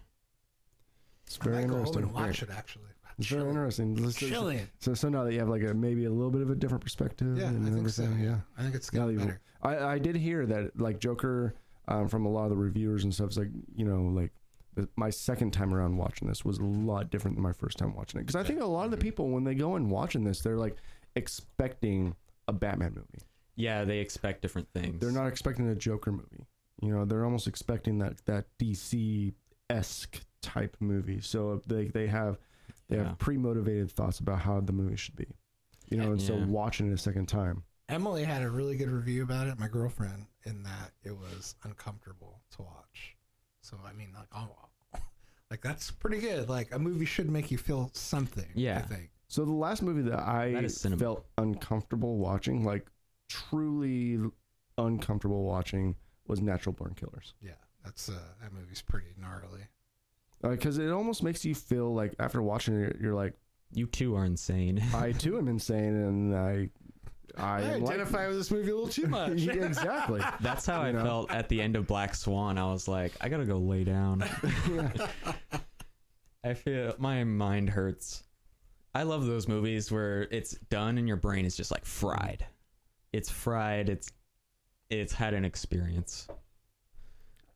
Speaker 6: it's
Speaker 2: oh, I
Speaker 6: very
Speaker 2: might go home
Speaker 6: interesting
Speaker 2: and watch it actually.
Speaker 6: it's very interesting Mm, Let's- let's-
Speaker 2: Chilling.
Speaker 6: so, so now that you have like a maybe a little bit of a different perspective
Speaker 2: Yeah, I
Speaker 6: and
Speaker 2: think so.
Speaker 6: everything, yeah
Speaker 2: I think it's
Speaker 6: Now
Speaker 2: getting
Speaker 6: that you-
Speaker 2: better.
Speaker 6: I, I did hear that like Joker um, from a lot of the reviewers and stuff. It's like you know like the, my second time around watching this was a lot different than my first time watching it because I think a lot of the people when they go and watching this they're like expecting a Batman movie.
Speaker 5: Yeah, they expect different things.
Speaker 6: They're not expecting a Joker movie. You know they're almost expecting that that DC esque type movie. So they they have they
Speaker 5: Yeah.
Speaker 6: have pre motivated thoughts about how the movie should be. You know, and so
Speaker 5: Yeah.
Speaker 6: watching it a second time.
Speaker 2: Emily had a really good review about it, my girlfriend, in that it was uncomfortable to watch. So I mean, like, oh, like that's pretty good. Like a movie should make you feel something. I
Speaker 5: Yeah.
Speaker 2: think.
Speaker 6: So the last movie that I
Speaker 5: That is cinema.
Speaker 6: felt uncomfortable watching, like truly uncomfortable watching, was Natural Born Killers.
Speaker 2: Yeah, that's uh, that movie's pretty gnarly.
Speaker 6: Because it almost makes you feel like after watching it, you're like,
Speaker 5: You two are insane.
Speaker 6: I too am insane, and I, I,
Speaker 2: I,
Speaker 6: am like-
Speaker 2: identify with this movie a little too much.
Speaker 6: Yeah, exactly.
Speaker 5: That's how
Speaker 6: You
Speaker 5: I
Speaker 6: know?
Speaker 5: felt at the end of Black Swan. I was like, I gotta go lay down. I feel my mind hurts. I love those movies where it's done and your brain is just like fried. It's fried. It's it's had an experience.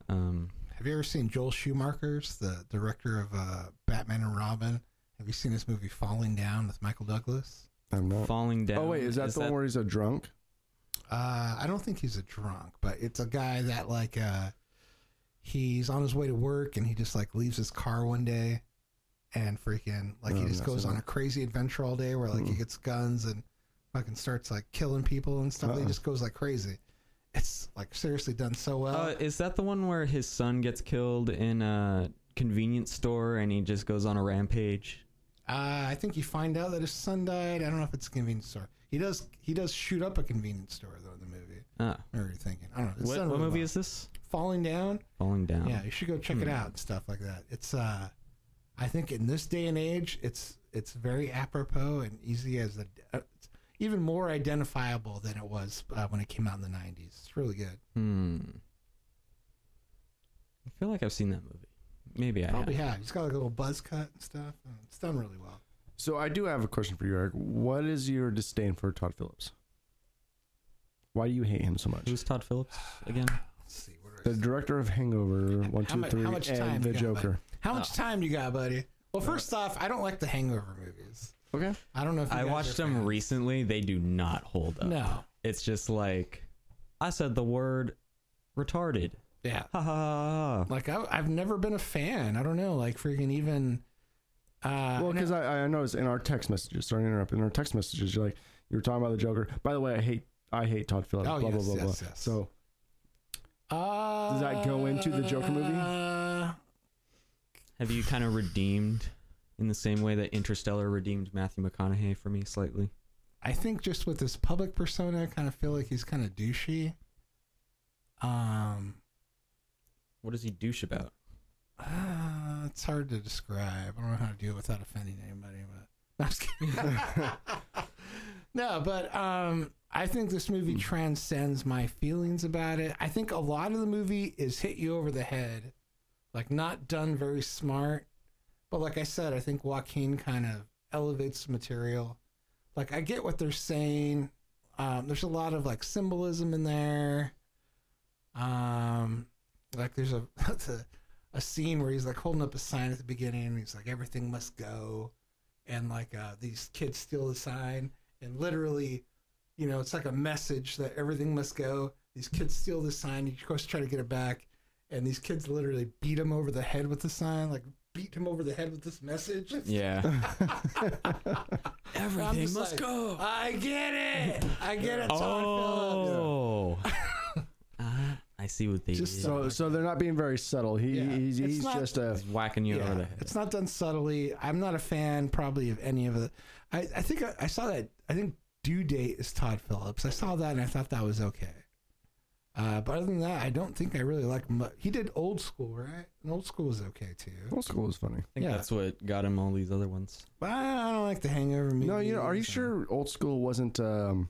Speaker 5: Um,
Speaker 2: Have you ever seen Joel Schumacher's, the director of uh, Batman and Robin? Have you seen this movie Falling Down with Michael Douglas?
Speaker 6: I'm not.
Speaker 5: falling down.
Speaker 6: Oh wait, is that the one where he's a drunk?
Speaker 2: Uh, I don't think he's a drunk, but it's a guy that like uh, he's on his way to work and he just like leaves his car one day, and freaking like he
Speaker 6: No,
Speaker 2: just
Speaker 6: not
Speaker 2: goes
Speaker 6: Oh, seen
Speaker 2: on
Speaker 6: that. Mm-hmm.
Speaker 2: a crazy adventure all day where like he
Speaker 6: Mm-mm.
Speaker 2: gets guns and fucking starts like killing people and stuff. He
Speaker 6: Uh-uh.
Speaker 2: just goes like crazy. It's like seriously done so well.
Speaker 5: Uh, is that the one where his son gets killed in a convenience store and he just goes on a rampage?
Speaker 2: Uh, I think you find out that his son died. I don't know if it's a convenience store. He does he does shoot up a convenience store though in the movie.
Speaker 5: Uh,
Speaker 2: Or you're thinking, I don't know. It's
Speaker 5: what
Speaker 2: done
Speaker 5: what
Speaker 2: really
Speaker 5: movie
Speaker 2: well.
Speaker 5: is this?
Speaker 2: Falling Down?
Speaker 5: Falling down.
Speaker 6: Um,
Speaker 2: Yeah, you should go check it
Speaker 5: Hmm.
Speaker 2: out and stuff like that. It's uh I think in this day and age, it's it's very apropos and easy as a uh, it's even more identifiable than it was uh, when it came out in the 90s. It's really good.
Speaker 5: Hmm. I feel like I've seen that movie. Maybe I
Speaker 2: Probably
Speaker 5: have.
Speaker 2: have. It's got like a little buzz cut and stuff. And it's done really well.
Speaker 6: So I do have a question for you, Eric. What is your disdain for Todd Phillips? Why do you hate him so much?
Speaker 5: Who's Todd Phillips again?
Speaker 2: Let's see. What are
Speaker 6: The director of Hangover, One
Speaker 2: How
Speaker 6: Two Three,
Speaker 2: mu- how much time
Speaker 6: and
Speaker 2: you
Speaker 6: The
Speaker 2: got left?
Speaker 6: Joker.
Speaker 2: How
Speaker 5: Oh.
Speaker 2: much time you got, buddy? Well, first off, I don't like the Hangover movies.
Speaker 6: Okay.
Speaker 2: I don't know if you
Speaker 5: I
Speaker 2: guys
Speaker 5: watched
Speaker 2: are
Speaker 5: them
Speaker 2: fans.
Speaker 5: recently. They do not hold up.
Speaker 2: No.
Speaker 5: It's just like I said the word retarded.
Speaker 2: Yeah.
Speaker 5: Ha ha ha. ha.
Speaker 2: Like I, I've never been a fan. I don't know. Like freaking even. Uh,
Speaker 6: Well, because I, I noticed in our text messages, sorry to interrupt, in our text messages, you're like, you were talking about the Joker. By the way, I hate, I hate Todd Phillips.
Speaker 2: Oh,
Speaker 6: blah
Speaker 2: yes,
Speaker 6: blah blah
Speaker 2: yes,
Speaker 6: blah.
Speaker 2: yes.
Speaker 6: So
Speaker 2: uh,
Speaker 6: does that go into the Joker movie?
Speaker 2: Uh,
Speaker 5: Have you kind of redeemed in the same way that Interstellar redeemed Matthew McConaughey for me slightly?
Speaker 2: I think just with his public persona, I kind of feel like he's kind of douchey. Um,
Speaker 5: What does he douche about?
Speaker 2: uh, it's hard to describe. I don't know how to do it without offending anybody, but no, I'm just kidding. no but um, I think this movie
Speaker 6: Hmm.
Speaker 2: transcends my feelings about it. I think a lot of the movie is hit you over the head, like not done very smart. But like I said, I think Joaquin kind of elevates the material. Like I get what they're saying. Um, there's a lot of like symbolism in there. Um, like there's a, a a scene where he's like holding up a sign at the beginning. And he's like, "Everything must go," and like uh, these kids steal the sign and literally, you know, it's like a message that everything must go. These kids steal the sign. He goes to try to get it back, and these kids literally beat him over the head with the sign, like beat him over the head with this message.
Speaker 5: Yeah.
Speaker 2: I'm
Speaker 5: Everything
Speaker 2: just
Speaker 5: must
Speaker 2: like,
Speaker 5: go.
Speaker 2: I get it. I get it. Todd Phillips.
Speaker 5: Oh. Ah, I see what they
Speaker 2: Just
Speaker 5: did.
Speaker 2: so-
Speaker 6: so, so they're not being very subtle. He,
Speaker 2: Yeah.
Speaker 6: he's,
Speaker 2: It's
Speaker 6: he's
Speaker 2: not-
Speaker 6: just uh, a.
Speaker 5: He's whacking you over
Speaker 2: Yeah,
Speaker 5: the head.
Speaker 2: it's not done subtly. I'm not a fan, probably, of any of the. I, I think I, I saw that. I think Due Date is Todd Phillips. I saw that and I thought that was okay. Uh, but other than that, I don't think I really like. Mu- he did Old School, right? And Old School was okay too.
Speaker 6: Old school is funny.
Speaker 5: I think
Speaker 2: yeah.
Speaker 5: that's what got him all these other ones.
Speaker 2: But I, I don't like the Hangover movie.
Speaker 6: No, you know, are you sure old school wasn't um,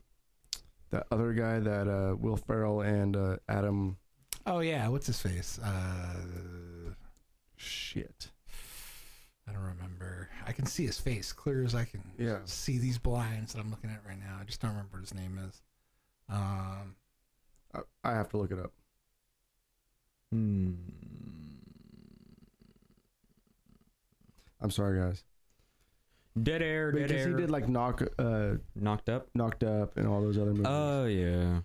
Speaker 6: that other guy that uh, Will Ferrell and uh, Adam?
Speaker 2: Oh yeah, what's his face? Uh,
Speaker 6: Shit.
Speaker 2: I don't remember. I can see his face clear as I can
Speaker 6: Yeah.
Speaker 2: see these blinds that I'm looking at right now. I just don't remember what his name is. Um,
Speaker 6: I, I have to look it up.
Speaker 5: Hmm.
Speaker 6: I'm sorry, guys.
Speaker 5: Dead air, dead
Speaker 6: Because
Speaker 5: air.
Speaker 6: he did like knock, uh,
Speaker 5: Knocked up.
Speaker 6: knocked up, and all those other movies.
Speaker 5: Oh yeah.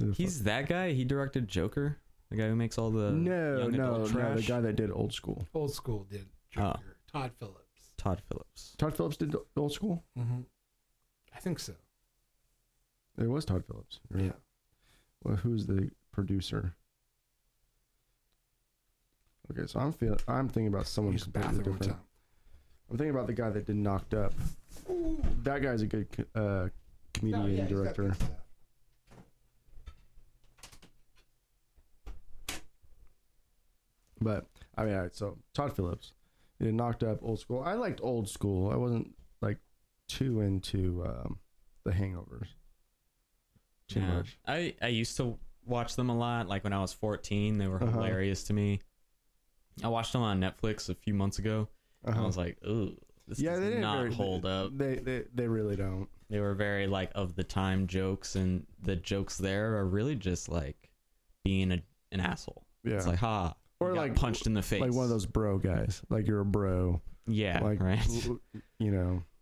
Speaker 6: Who the
Speaker 5: He's that guy. He directed Joker, the guy who makes all the
Speaker 6: no,
Speaker 5: young
Speaker 6: no,
Speaker 5: adult
Speaker 6: no.
Speaker 5: trash.
Speaker 6: The guy that did Old School.
Speaker 2: Old School did
Speaker 5: Oh.
Speaker 2: Joker. Todd Phillips.
Speaker 5: Todd Phillips.
Speaker 6: Todd Phillips did Old School.
Speaker 2: Mm-hmm. I think so.
Speaker 6: It was Todd Phillips. right?
Speaker 2: Yeah.
Speaker 6: Well, who's the producer? Okay, so I'm feeling. I'm thinking about someone
Speaker 2: Use the
Speaker 6: completely
Speaker 2: bathroom
Speaker 6: different.
Speaker 2: time.
Speaker 6: I'm thinking about the guy that did Knocked Up. That guy's a good co- uh, comedian
Speaker 2: Oh, yeah, he's got
Speaker 6: director.
Speaker 2: good stuff.
Speaker 6: But I mean, all right, so Todd Phillips, he did Knocked Up, Old School. I liked Old School. I wasn't like too into um, the Hangovers. Too
Speaker 5: Yeah.
Speaker 6: much.
Speaker 5: I I used to watch them a lot. Like when I was 14, they were
Speaker 6: Uh-huh.
Speaker 5: hilarious to me. I watched them on Netflix a few months ago. and I
Speaker 6: Uh-huh.
Speaker 5: was like, ooh, this
Speaker 6: yeah, they
Speaker 5: does
Speaker 6: didn't
Speaker 5: not
Speaker 6: very-
Speaker 5: hold up.
Speaker 6: They, they they really don't.
Speaker 5: They were very like of the time jokes, and the jokes there are really just like being a, an asshole.
Speaker 6: Yeah,
Speaker 5: It's like ha,
Speaker 6: Or,
Speaker 5: or
Speaker 6: like-
Speaker 5: like punched in the face,
Speaker 6: like one of those bro guys. Like you're a bro.
Speaker 5: Yeah,
Speaker 6: like
Speaker 5: right.
Speaker 6: w- w- you know.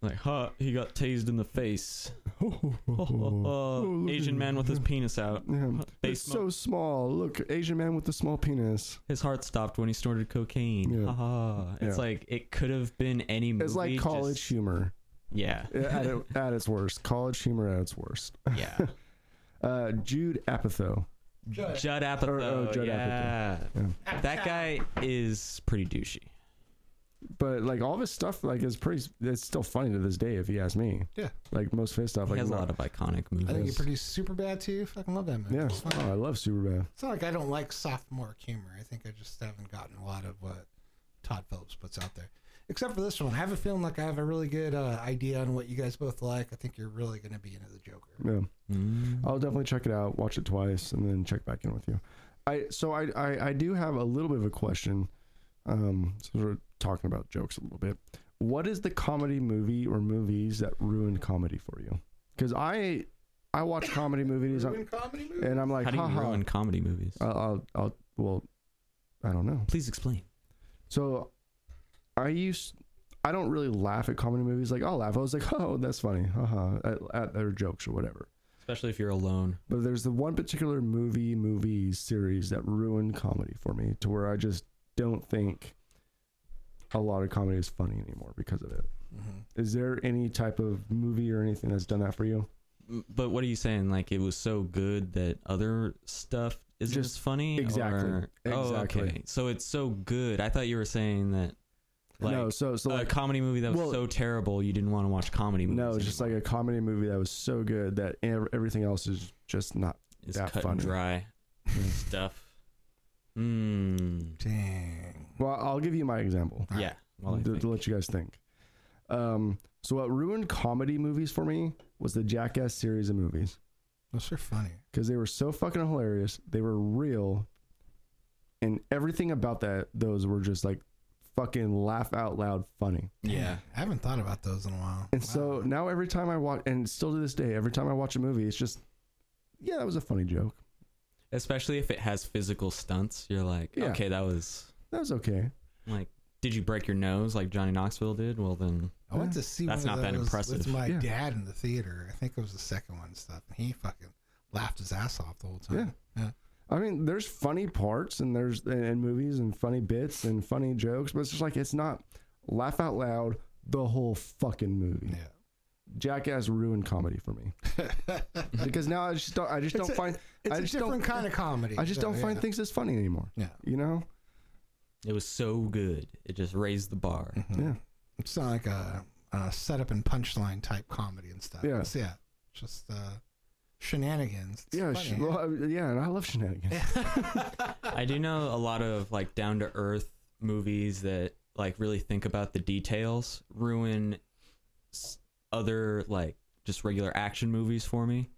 Speaker 5: Like, huh, he got tased in the face.
Speaker 6: Oh, look
Speaker 5: Asian
Speaker 6: at
Speaker 5: man with his
Speaker 6: him.
Speaker 5: penis out.
Speaker 6: Yeah.
Speaker 5: They
Speaker 6: It's so small. Look, Asian man with a small penis.
Speaker 5: His heart stopped when he snorted cocaine.
Speaker 6: Yeah.
Speaker 5: Ha ha. It's
Speaker 6: Yeah.
Speaker 5: like it could have been any movie.
Speaker 6: It's like college
Speaker 5: just-
Speaker 6: humor
Speaker 5: yeah.
Speaker 6: at, it- at its worst. College humor at its worst.
Speaker 5: yeah.
Speaker 6: Uh, Jude Apatow.
Speaker 5: Judd Apatow.
Speaker 6: Or, oh, Judd Apatow.
Speaker 5: yeah.
Speaker 6: Yeah.
Speaker 5: That guy is pretty douchey.
Speaker 6: But like all of his stuff, like is pretty. It's still funny to this day, if you ask me.
Speaker 2: Yeah.
Speaker 6: Like most of his stuff,
Speaker 5: He
Speaker 6: like
Speaker 5: has a lot of iconic
Speaker 2: I think
Speaker 5: movies.
Speaker 2: he produced Super Bad too. Fucking love that movie.
Speaker 6: Yeah.
Speaker 2: It's, not,
Speaker 6: Oh, I love Superbad.
Speaker 2: it's not like I don't like sophomore humor. I think I just haven't gotten a lot of what Todd Phillips puts out there. Except for this one. I have a feeling like I have a really good uh, idea on what you guys both like. I think you're really going to be into the Joker.
Speaker 6: Yeah.
Speaker 5: Mm.
Speaker 6: I'll definitely check it out, watch it twice, and then check back in with you. I so I I, I do have a little bit of a question. Um, so we're talking about jokes a little bit. What is the comedy movie or movies that ruined comedy for you? because I I watch comedy movies uh,
Speaker 2: Ruin comedy movies?
Speaker 6: and I'm like,
Speaker 5: How
Speaker 6: Uh,
Speaker 5: do you
Speaker 6: haha.
Speaker 5: ruin comedy movies?
Speaker 6: I'll, I'll I'll well, I don't know.
Speaker 5: Please explain.
Speaker 6: So I used I don't really laugh at comedy movies. Like I'll laugh. I was like, oh, that's funny, haha, at, at their jokes or whatever.
Speaker 5: Especially if you're alone.
Speaker 6: But there's the one particular movie, movie series that ruined comedy for me to where I just don't think a lot of comedy is funny anymore because of it.
Speaker 2: Mhm.
Speaker 5: Mm-hmm.
Speaker 6: Is there any type of movie or anything that's done that for you?
Speaker 5: But what are you saying? Like it was so good that other stuff isn't
Speaker 6: Just-
Speaker 5: as funny?
Speaker 6: exactly,
Speaker 5: Or... Oh,
Speaker 6: exactly.
Speaker 5: okay. So it's so good. I thought you were saying that like
Speaker 6: no, so
Speaker 5: a
Speaker 6: so like
Speaker 5: comedy movie that was
Speaker 6: well-
Speaker 5: so terrible you didn't want to watch comedy movies.
Speaker 6: no, it's just like
Speaker 5: anymore.
Speaker 6: a comedy movie that was so good that ev- everything else is just not.
Speaker 5: it's
Speaker 6: that
Speaker 5: cut and
Speaker 6: funny. Hmm.
Speaker 5: dry stuff. Mm.
Speaker 2: Dang.
Speaker 6: Well, I'll give you my example.
Speaker 5: Yeah. Well, I
Speaker 6: to,
Speaker 5: think.
Speaker 6: to let you guys think. Um, so what ruined comedy movies for me was the Jackass series of movies
Speaker 2: Those are funny.
Speaker 6: because they were so fucking hilarious. They were real, and everything about that those were just like fucking laugh out loud funny.
Speaker 5: yeah.
Speaker 2: I haven't thought about those in a while.
Speaker 6: And so now every time I watch, and still to this day, every time I watch a movie, it's just, yeah, that was a funny joke.
Speaker 5: Especially if it has physical stunts, you're like,
Speaker 6: Yeah.
Speaker 5: okay, that was
Speaker 6: That was okay.
Speaker 5: like, did you break your nose like Johnny Knoxville did? Well, then
Speaker 2: I went to see
Speaker 5: That's
Speaker 2: one
Speaker 5: not
Speaker 2: of
Speaker 5: that
Speaker 2: those
Speaker 5: impressive.
Speaker 2: with my
Speaker 6: Yeah.
Speaker 2: dad in the theater. I think it was the second one and stuff. And he fucking laughed his ass off the whole time. Yeah.
Speaker 6: I mean, there's funny parts and there's and, and movies and funny bits and funny jokes, but it's just like it's not laugh out loud the whole fucking movie.
Speaker 2: Yeah.
Speaker 6: Jackass ruined comedy for me because now I just don't I just
Speaker 2: It's
Speaker 6: don't
Speaker 2: a-
Speaker 6: find
Speaker 2: it's
Speaker 6: I
Speaker 2: a
Speaker 6: just
Speaker 2: different
Speaker 6: don't,
Speaker 2: kind of comedy.
Speaker 6: I just
Speaker 2: so,
Speaker 6: don't find
Speaker 2: yeah.
Speaker 6: things as funny anymore.
Speaker 2: Yeah.
Speaker 6: You know?
Speaker 5: it was so good, it just raised the bar.
Speaker 2: Mhm.
Speaker 6: Yeah.
Speaker 2: It's not like a, a setup and punchline type comedy and stuff.
Speaker 6: Yeah.
Speaker 2: It's, yeah. Just uh, shenanigans. It's
Speaker 6: yeah.
Speaker 2: funny.
Speaker 6: sh- well, I- yeah, and I love shenanigans.
Speaker 5: I do know a lot of like down to earth movies that like really think about the details ruin s- other like just regular action movies for me.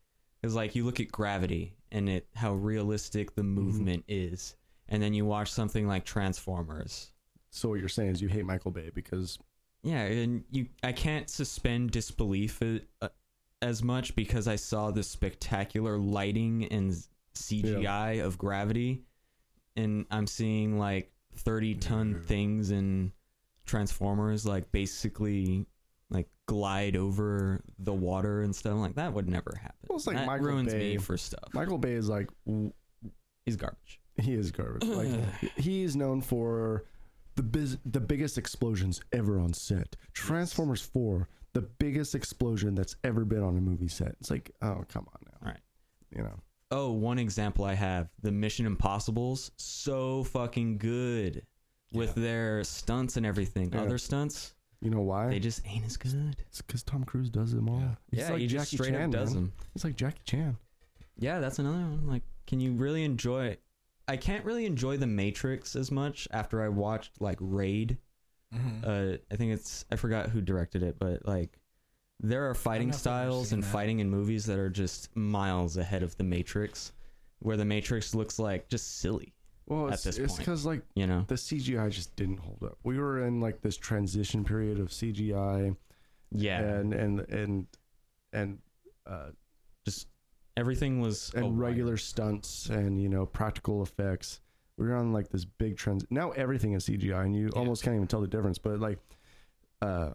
Speaker 5: Cuz like you look at Gravity and it how realistic the movement is and then you watch something like Transformers.
Speaker 6: So what you're saying is you hate Michael Bay because
Speaker 5: Yeah, and you I can't suspend disbelief a- uh, as much because I saw the spectacular lighting and s- CGI of Gravity and I'm seeing like 30 ton things in Transformers like basically like glide over the water and stuff like that would never happen.
Speaker 6: Well, it's like
Speaker 5: that
Speaker 6: Michael
Speaker 5: ruins
Speaker 6: Bay.
Speaker 5: me for stuff.
Speaker 6: Michael Bay is like w-
Speaker 5: He's garbage.
Speaker 6: he is garbage. like he is known for the biz- the biggest explosions ever on set. Transformers 4, the biggest explosion that's ever been on a movie set. It's like, oh, come on now.
Speaker 5: Right.
Speaker 6: You know.
Speaker 5: Oh, one example I have the Mission Impossibles, so fucking good with their stunts and everything.
Speaker 6: Yeah.
Speaker 5: Other stunts,
Speaker 6: You know why?
Speaker 5: they just ain't as good.
Speaker 6: It's because Tom Cruise does them all.
Speaker 2: Yeah.
Speaker 6: He's like
Speaker 5: he
Speaker 6: Jackie
Speaker 5: just straight
Speaker 6: Chan.
Speaker 5: up does
Speaker 6: man.
Speaker 5: them.
Speaker 6: He's like Jackie Chan.
Speaker 5: Yeah, that's another one. Like, can you really enjoy? I can't really enjoy The Matrix as much after I watched like Raid.
Speaker 2: Mhm.
Speaker 5: Uh, I think it's I forgot who directed it, but like there are fighting
Speaker 2: know if I've ever
Speaker 5: styles
Speaker 2: seen
Speaker 5: and
Speaker 2: that.
Speaker 5: fighting in movies that are just miles ahead of The Matrix, where The Matrix looks like just silly.
Speaker 6: Well,
Speaker 5: At
Speaker 6: it's
Speaker 5: this
Speaker 6: it's
Speaker 5: point.
Speaker 6: because like
Speaker 5: You know,
Speaker 6: the CGI just didn't hold up. We were in like this transition period of CGI
Speaker 5: yeah,
Speaker 6: and and and and uh,
Speaker 5: just everything was
Speaker 6: and
Speaker 5: a wire.
Speaker 6: regular stunts and you know practical effects. We were on like this big trend. Now everything is CGI, and you almost can't even tell the difference. But like, uh,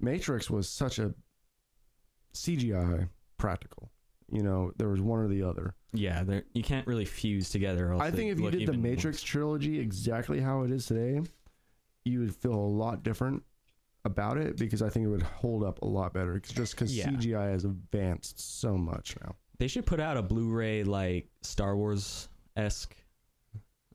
Speaker 6: Matrix was such a CGI practical. You know, there was one or the other.
Speaker 5: Yeah, there- you can't really fuse together. or else
Speaker 6: I
Speaker 5: they
Speaker 6: think if you
Speaker 5: look
Speaker 6: did the
Speaker 5: even
Speaker 6: Matrix trilogy exactly how it is today, you would feel a lot different about it because I think it would hold up a lot better. 'cause- Just because
Speaker 5: Yeah.
Speaker 6: CGI has advanced so much now.
Speaker 5: They should put out a Blu-ray like Star Wars esque,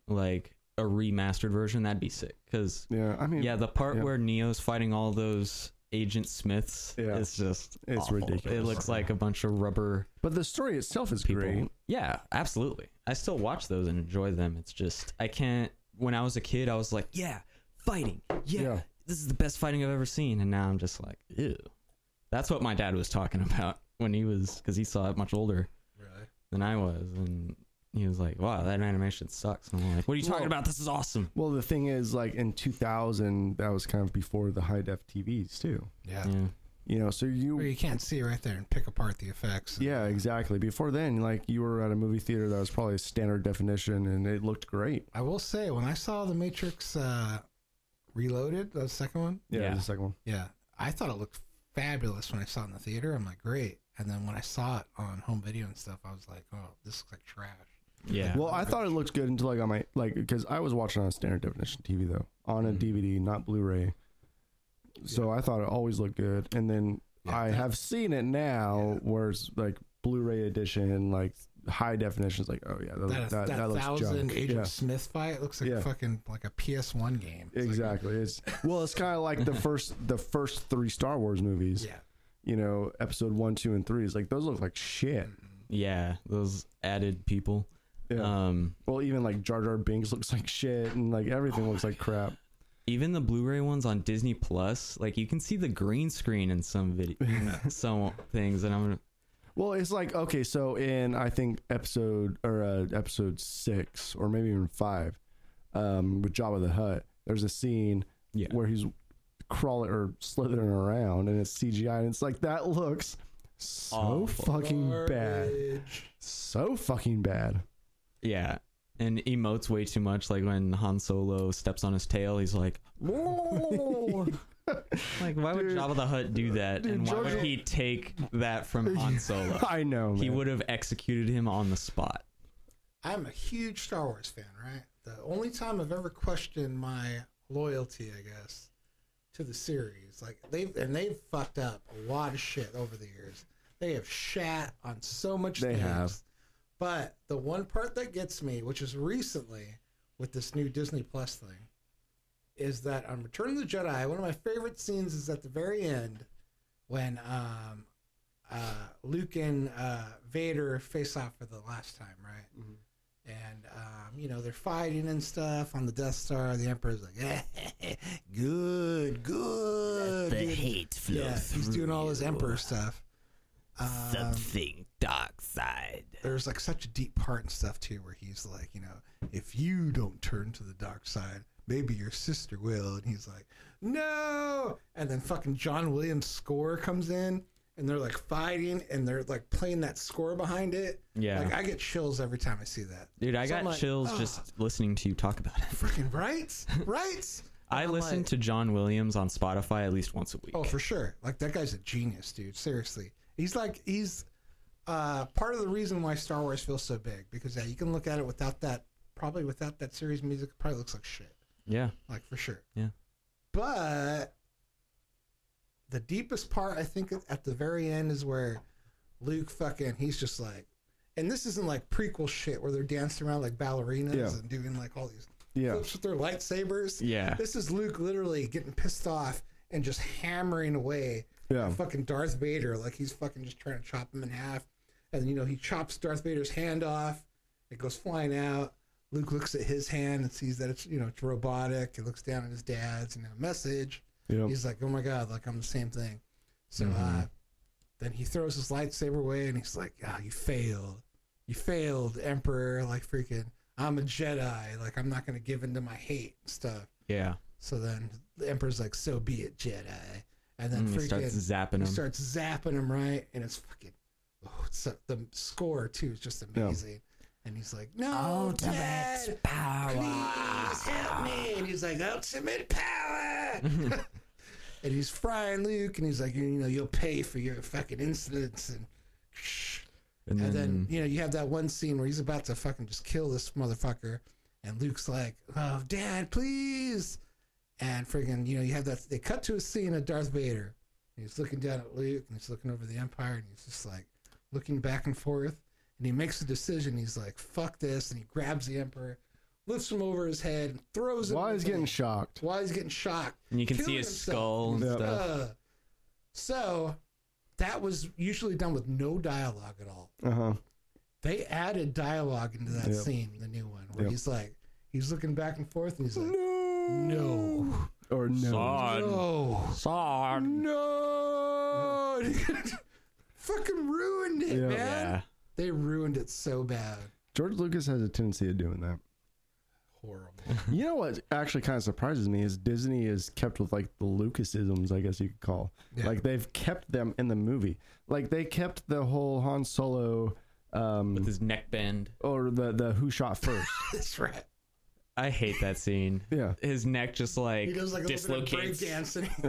Speaker 5: like a remastered version. That'd be sick. Cause
Speaker 6: Yeah, I mean,
Speaker 5: yeah, the part
Speaker 6: yeah.
Speaker 5: where Neo's fighting all those Agent Smiths
Speaker 6: Yeah.
Speaker 5: is just
Speaker 6: It's
Speaker 5: awful. It
Speaker 6: ridiculous.
Speaker 5: looks like a bunch of rubber
Speaker 6: but the story itself is
Speaker 5: people.
Speaker 6: great.
Speaker 5: Yeah, absolutely. I still watch those and enjoy them. It's just I can't. When I was a kid, I was like, yeah, fighting. Yeah,
Speaker 6: Yeah.
Speaker 5: this is the best fighting I've ever seen. And now I'm just like, ew. That's what my dad was talking about when he was because he saw it much older
Speaker 2: Really?
Speaker 5: than I was, and he was like, "Wow, that animation sucks." And I'm like, "What are you talking
Speaker 6: Well-
Speaker 5: about? This is awesome."
Speaker 6: Well, the thing is, like in 2000, that was kind of before the high def TVs too.
Speaker 2: Yeah.
Speaker 5: Yeah,
Speaker 6: You know, so you
Speaker 2: Where you can't see right there and pick apart the effects.
Speaker 6: Yeah, exactly. Before then, like you were at a movie theater that was probably standard definition and it looked great.
Speaker 2: I will say, when I saw The Matrix uh, Reloaded, the second one,
Speaker 6: Yeah,
Speaker 5: Yeah.
Speaker 6: the second one.
Speaker 2: yeah, I thought it looked fabulous when I saw it in the theater. I'm like, great. And then when I saw it on home video and stuff, I was like, oh, this looks like trash.
Speaker 5: Yeah.
Speaker 6: Well, I thought it looked good until I got my like because I was watching on standard definition TV though on a
Speaker 2: Mm.
Speaker 5: Mhm.
Speaker 6: DVD, not Blu-ray. So I thought it always looked good, and then
Speaker 2: Yeah,
Speaker 6: I
Speaker 2: that-
Speaker 6: have seen it now,
Speaker 2: Yeah.
Speaker 6: where it's like Blu-ray edition, like high definition. It's like, oh yeah, that,
Speaker 2: That,
Speaker 6: that, that,
Speaker 2: that
Speaker 6: looks
Speaker 2: thousand
Speaker 6: junk.
Speaker 2: Agent
Speaker 6: Yeah.
Speaker 2: Smith fight looks like
Speaker 6: Yeah.
Speaker 2: fucking like a PS1 game. It's like-
Speaker 6: Exactly. It's well, it's kind of like the first the first three Star Wars movies.
Speaker 2: yeah.
Speaker 6: You know, Episode one, two, and three is like those look like shit.
Speaker 2: Mm.
Speaker 5: yeah, those added people.
Speaker 6: Yeah.
Speaker 5: Um,
Speaker 6: Well, even like Jar Jar Binks looks like shit, and like everything looks like crap.
Speaker 5: even the Blu-ray ones on Disney Plus, like you can see the green screen in some video, some things, and I'm
Speaker 6: Well, it's like okay, so in I think episode or uh, episode six or maybe even five, um, with Jabba the Hutt, there's a scene
Speaker 5: Yeah.
Speaker 6: where he's crawling or slithering around, and it's CGI, and it's like that looks so
Speaker 5: Awful.
Speaker 6: fucking bad, so fucking bad.
Speaker 5: yeah, and emotes way too much. Like when Han Solo steps on his tail, he's like, "Whoa!" like why would
Speaker 6: Dude.
Speaker 5: Jabba the Hutt do that?
Speaker 6: Dude,
Speaker 5: and why
Speaker 6: Jar
Speaker 5: would
Speaker 6: Jar-
Speaker 5: he take that from Han Solo?
Speaker 6: I know man.
Speaker 5: he would have executed him on the spot.
Speaker 2: I'm a huge Star Wars fan, right? The only time I've ever questioned my loyalty, I guess, to the series, like they've and they've fucked up a lot of shit over the years. They have shat on so much.
Speaker 6: They
Speaker 2: things.
Speaker 6: have.
Speaker 2: But the one part that gets me, which is recently with this new Disney Plus thing, is that on Return of the Jedi, one of my favorite scenes is at the very end when um, uh, Luke and uh, Vader face off for the last time, right? And um, you know they're fighting and stuff on the Death Star. The Emperor's like, "Good, good."
Speaker 7: The
Speaker 2: dude."
Speaker 7: hate flow
Speaker 2: yeah, he's doing all his
Speaker 7: through
Speaker 2: Emperor stuff. Um,
Speaker 7: Something dark side.
Speaker 2: there's like such a deep part and stuff too where he's like you know if you don't turn to the dark side maybe your sister will and he's like no and then fucking john williams score comes in and they're like fighting and they're like playing that score behind it
Speaker 5: Yeah.
Speaker 2: like i get chills every time i see that
Speaker 5: Dude, I
Speaker 2: So
Speaker 5: got
Speaker 2: I'm like,
Speaker 5: chills
Speaker 2: "Ah."
Speaker 5: just listening to you talk about it.
Speaker 2: freaking right right
Speaker 5: I
Speaker 2: I'm
Speaker 5: listen
Speaker 2: like-
Speaker 5: to John Williams on Spotify at least once a week.
Speaker 2: Oh, for sure. Like that guy's a genius, dude. Seriously, he's like he's uh, part of the reason why Star Wars feels so big because yeah, you can look at it without that. Probably without that series music, it probably looks like shit.
Speaker 5: yeah.
Speaker 2: Like for sure.
Speaker 5: Yeah.
Speaker 2: But the deepest part, I think, at the very end is where Luke fucking he's just like, and this isn't like prequel shit where they're dancing around like ballerinas
Speaker 6: Yeah.
Speaker 2: and doing like all these
Speaker 6: yeah.
Speaker 2: flips with their lightsabers.
Speaker 5: Yeah.
Speaker 2: This is Luke literally getting pissed off and just hammering away
Speaker 6: Yeah.
Speaker 2: at fucking Darth Vader like he's fucking just trying to chop him in half. And you know, he chops Darth Vader's hand off. It goes flying out. Luke looks at his hand and sees that it's you know it's robotic. He looks down at his dad's and a message.
Speaker 6: Yeah.
Speaker 2: He's like, "Oh my god, like I'm the same thing." So
Speaker 5: Mm-hmm.
Speaker 2: uh, then he throws his lightsaber away and he's like, "Ah, you failed. You failed, Emperor. Like freaking, I'm a Jedi. Like I'm not gonna give in to my hate and stuff."
Speaker 5: Yeah.
Speaker 2: So then the Emperor's like, "So be it, Jedi." And then
Speaker 5: And Mm, he
Speaker 2: freaking
Speaker 5: starts zapping him.
Speaker 2: he starts zapping him right, and it's fucking. Oh, it's so- the score too is just
Speaker 6: Yeah.
Speaker 2: amazing. And he's like, "No, Dad,
Speaker 7: power.
Speaker 5: Oh,
Speaker 2: please help me!" And he's like, "Ultimate power!" and he's frying Luke, and he's like, "You know, you'll pay for your fucking insolence." And
Speaker 5: and then,
Speaker 2: and then
Speaker 6: Mm-hmm.
Speaker 2: you know you have that one scene where he's about to fucking just kill this motherfucker, and Luke's like, "Oh, Dad, please!" And friggin', you know, you have that. They cut to a scene of Darth Vader. And he's looking down at Luke, and he's looking over the Empire, and he's just like looking back and forth. And he makes a decision. He's like, "Fuck this!" And he grabs the Emperor, lifts him over his head, and throws him.
Speaker 6: Why
Speaker 2: in
Speaker 6: is
Speaker 2: the
Speaker 6: getting
Speaker 2: thing.
Speaker 6: shocked?
Speaker 2: Why he's getting shocked?
Speaker 5: And you can see
Speaker 2: killing
Speaker 5: his
Speaker 2: himself.
Speaker 5: skull and
Speaker 6: Yeah.
Speaker 5: stuff.
Speaker 2: Uh, so that was usually done with no dialogue at all
Speaker 6: Uh huh.
Speaker 2: they added dialogue into that
Speaker 6: Yep.
Speaker 2: scene, the new one, where
Speaker 6: Yep.
Speaker 2: he's like, he's looking back and forth, and he's like, no,
Speaker 6: Or no.
Speaker 2: no, no, fucking ruined it,
Speaker 6: Yeah.
Speaker 2: man.
Speaker 5: yeah.
Speaker 2: They ruined it so bad.
Speaker 6: George Lucas has a tendency of doing that.
Speaker 2: horrible.
Speaker 6: You know what actually kind of surprises me is Disney is kept with like the Lucasisms, I guess you could call.
Speaker 2: Yeah.
Speaker 6: Like they've kept them in the movie. Like they kept the whole Han Solo, um,
Speaker 5: with his neck bend.
Speaker 6: or the the who shot first.
Speaker 2: That's right.
Speaker 5: I hate that scene.
Speaker 6: yeah,
Speaker 5: His neck just like,
Speaker 2: He does like a little bit of
Speaker 5: dislocates.
Speaker 2: breakdance and he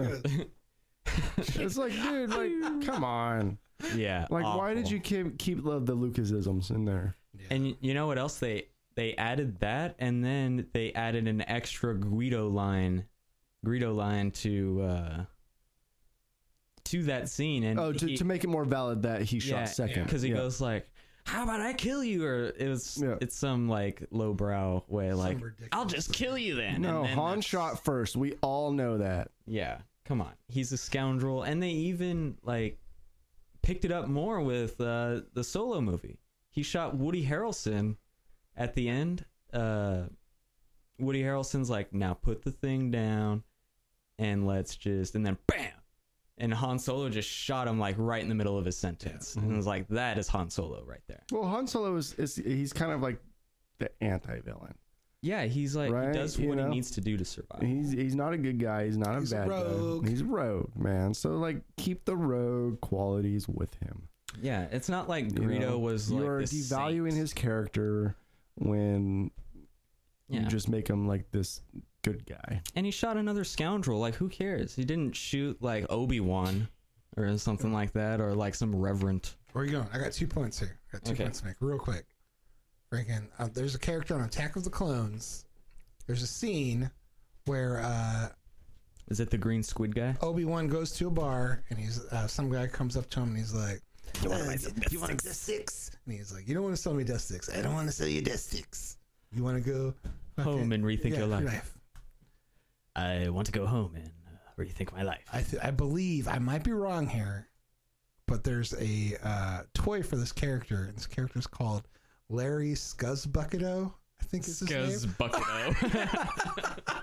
Speaker 2: goes,
Speaker 6: it's like, dude, like, come on,
Speaker 5: yeah.
Speaker 6: like, why did
Speaker 5: awful.
Speaker 6: you keep keep the, the Lucasisms in there?
Speaker 5: And y- you know what else they they added that, and then they added an extra Guido line, Guido line to uh to that scene. And
Speaker 6: Oh, to,
Speaker 5: he-
Speaker 6: to make it more valid that he
Speaker 5: yeah,
Speaker 6: shot second
Speaker 5: because he
Speaker 6: Yeah.
Speaker 5: goes like, "How about I kill you?" Or it was
Speaker 6: Yeah.
Speaker 5: it's some like lowbrow way, like,
Speaker 2: ridiculous
Speaker 5: "I'll just kill you then."
Speaker 6: No,
Speaker 5: and then
Speaker 6: Han
Speaker 5: that's-
Speaker 6: shot first. We all know that.
Speaker 5: Yeah, come on, he's a scoundrel, and they even like picked it up more with uh, the solo movie. He shot Woody Harrelson at the end. Uh, Woody Harrelson's like, "Now put the thing down, and let's just," and then bam. And Han Solo just shot him like right in the middle of his sentence, and it was like, "That is Han Solo right there."
Speaker 6: Well, Han Solo is, is he's kind of like the anti-villain.
Speaker 5: Yeah, he's like
Speaker 6: Right,
Speaker 5: he does
Speaker 6: you
Speaker 5: what
Speaker 6: know?
Speaker 5: he needs to do to survive.
Speaker 6: He's he's not a good guy. He's not a
Speaker 2: He's a
Speaker 6: bad
Speaker 2: rogue.
Speaker 6: guy. He's a rogue, man. So like, keep the rogue qualities with him.
Speaker 5: yeah, it's not like
Speaker 6: you
Speaker 5: Greedo
Speaker 6: know?
Speaker 5: was
Speaker 6: you
Speaker 5: like
Speaker 6: are
Speaker 5: this
Speaker 6: devaluing
Speaker 5: saint.
Speaker 6: his character when
Speaker 5: Yeah.
Speaker 6: you just make him like this good guy.
Speaker 5: and he shot another scoundrel. Like who cares? He didn't shoot like Obi Wan or something like that, or like some reverend.
Speaker 2: Where are you going? I got two points here. I got two
Speaker 5: Okay.
Speaker 2: points to make real quick. Freaking, uh, there's a character on Attack of the Clones. There's a scene where uh,
Speaker 5: Is it the green squid guy?
Speaker 2: Obi Wan goes to a bar and he's uh, some guy comes up to him and he's like, "Uh, "You want a Death Six?" And he's like, "You don't want to sell me Death Six. I don't want to sell you Death Six. You want to go
Speaker 5: Home and rethink
Speaker 2: Oh, yeah,
Speaker 5: your life.
Speaker 2: life.
Speaker 5: I want to go home and uh, rethink my life.
Speaker 2: I th- I believe I might be wrong here, but there's a uh, toy for this character, and this character is called Larry Scuzzbucketo. I think is his name.
Speaker 5: Goes Bucketo.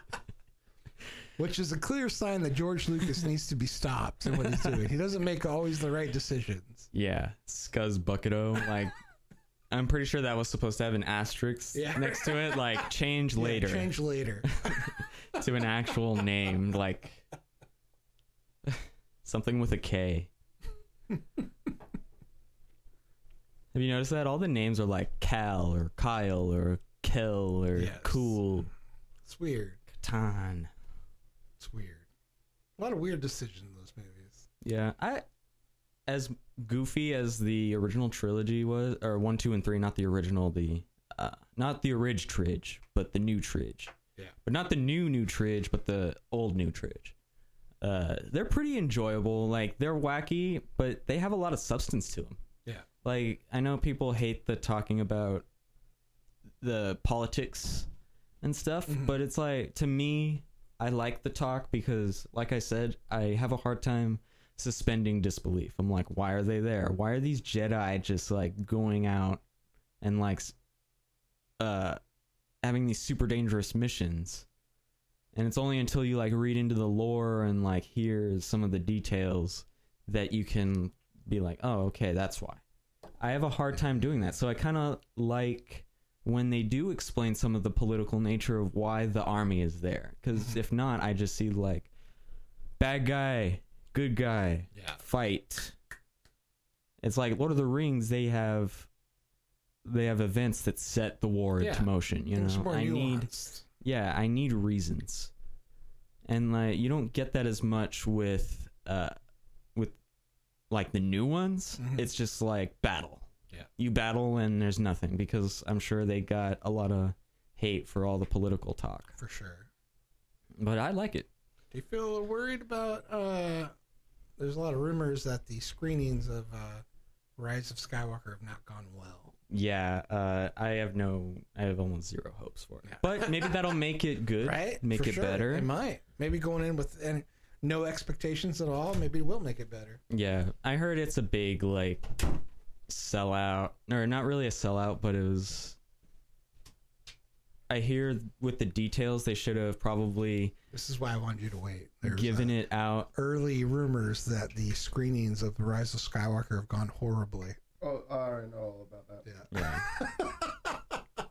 Speaker 2: which is a clear sign that George Lucas needs to be stopped in what he's doing. He doesn't make always the right decisions.
Speaker 5: yeah, Scuzz Bucketo. Like, I'm pretty sure that was supposed to have an asterisk
Speaker 2: Yeah.
Speaker 5: next to it. Like, change
Speaker 2: Yeah,
Speaker 5: later
Speaker 2: change later.
Speaker 5: to an actual name, like something with a K. Have you noticed that all the names are like Cal or Kyle or Kel or
Speaker 2: Yes.
Speaker 5: Cool
Speaker 2: It's weird.
Speaker 5: Tan?
Speaker 2: It's weird. A lot of weird decisions in those movies.
Speaker 5: Yeah, I as goofy as the original trilogy was, or one, two, and three, not the original, the uh, not the orig tridge, but the new tridge.
Speaker 2: Yeah.
Speaker 5: But not the new new tridge, but the old new tridge. Uh, they're pretty enjoyable. Like they're wacky, but they have a lot of substance to them.
Speaker 2: Yeah.
Speaker 5: Like I know people hate the talking about the politics and stuff,
Speaker 2: Mm-hmm.
Speaker 5: but it's like to me, I like the talk because, like I said, I have a hard time suspending disbelief. I'm like, why are they there? Why are these Jedi just like going out and like s- uh having these super dangerous missions? And it's only until you like read into the lore and like hear some of the details that you can be like, oh, okay, that's why. I have a hard time doing that. So I kind of like when they do explain some of the political nature of why the army is there. Because if not, I just see like bad guy, good guy,
Speaker 2: Yeah.
Speaker 5: fight. It's like Lord of the Rings. They have they have events that set the war
Speaker 2: Yeah.
Speaker 5: into motion. You
Speaker 2: Things
Speaker 5: know,
Speaker 2: more
Speaker 5: I need
Speaker 2: nuanced.
Speaker 5: yeah, I need reasons, and like you don't get that as much with uh with like the new ones. It's just like battle.
Speaker 2: Mm-hmm. Yeah.
Speaker 5: you battle and there's nothing because I'm sure they got a lot of hate for all the political talk.
Speaker 2: for sure.
Speaker 5: But I like it.
Speaker 2: Do you feel a little worried about? Uh, there's a lot of rumors that the screenings of uh, Rise of Skywalker have not gone well.
Speaker 5: Yeah, uh, I have no, I have almost zero hopes for it. But maybe that'll make it good,
Speaker 2: Right?
Speaker 5: Make
Speaker 2: For
Speaker 5: it
Speaker 2: sure.
Speaker 5: better.
Speaker 2: It might. Maybe going in with and no expectations at all. Maybe it will make it better.
Speaker 5: Yeah, I heard it's a big like sellout, or not really a sellout, but it was. I hear with the details they should have probably
Speaker 2: This is why I wanted you to wait. There's,
Speaker 5: given it out.
Speaker 2: early rumors that the screenings of The Rise of Skywalker have gone horribly.
Speaker 6: Oh, I know all about that.
Speaker 2: Yeah.
Speaker 5: Yeah.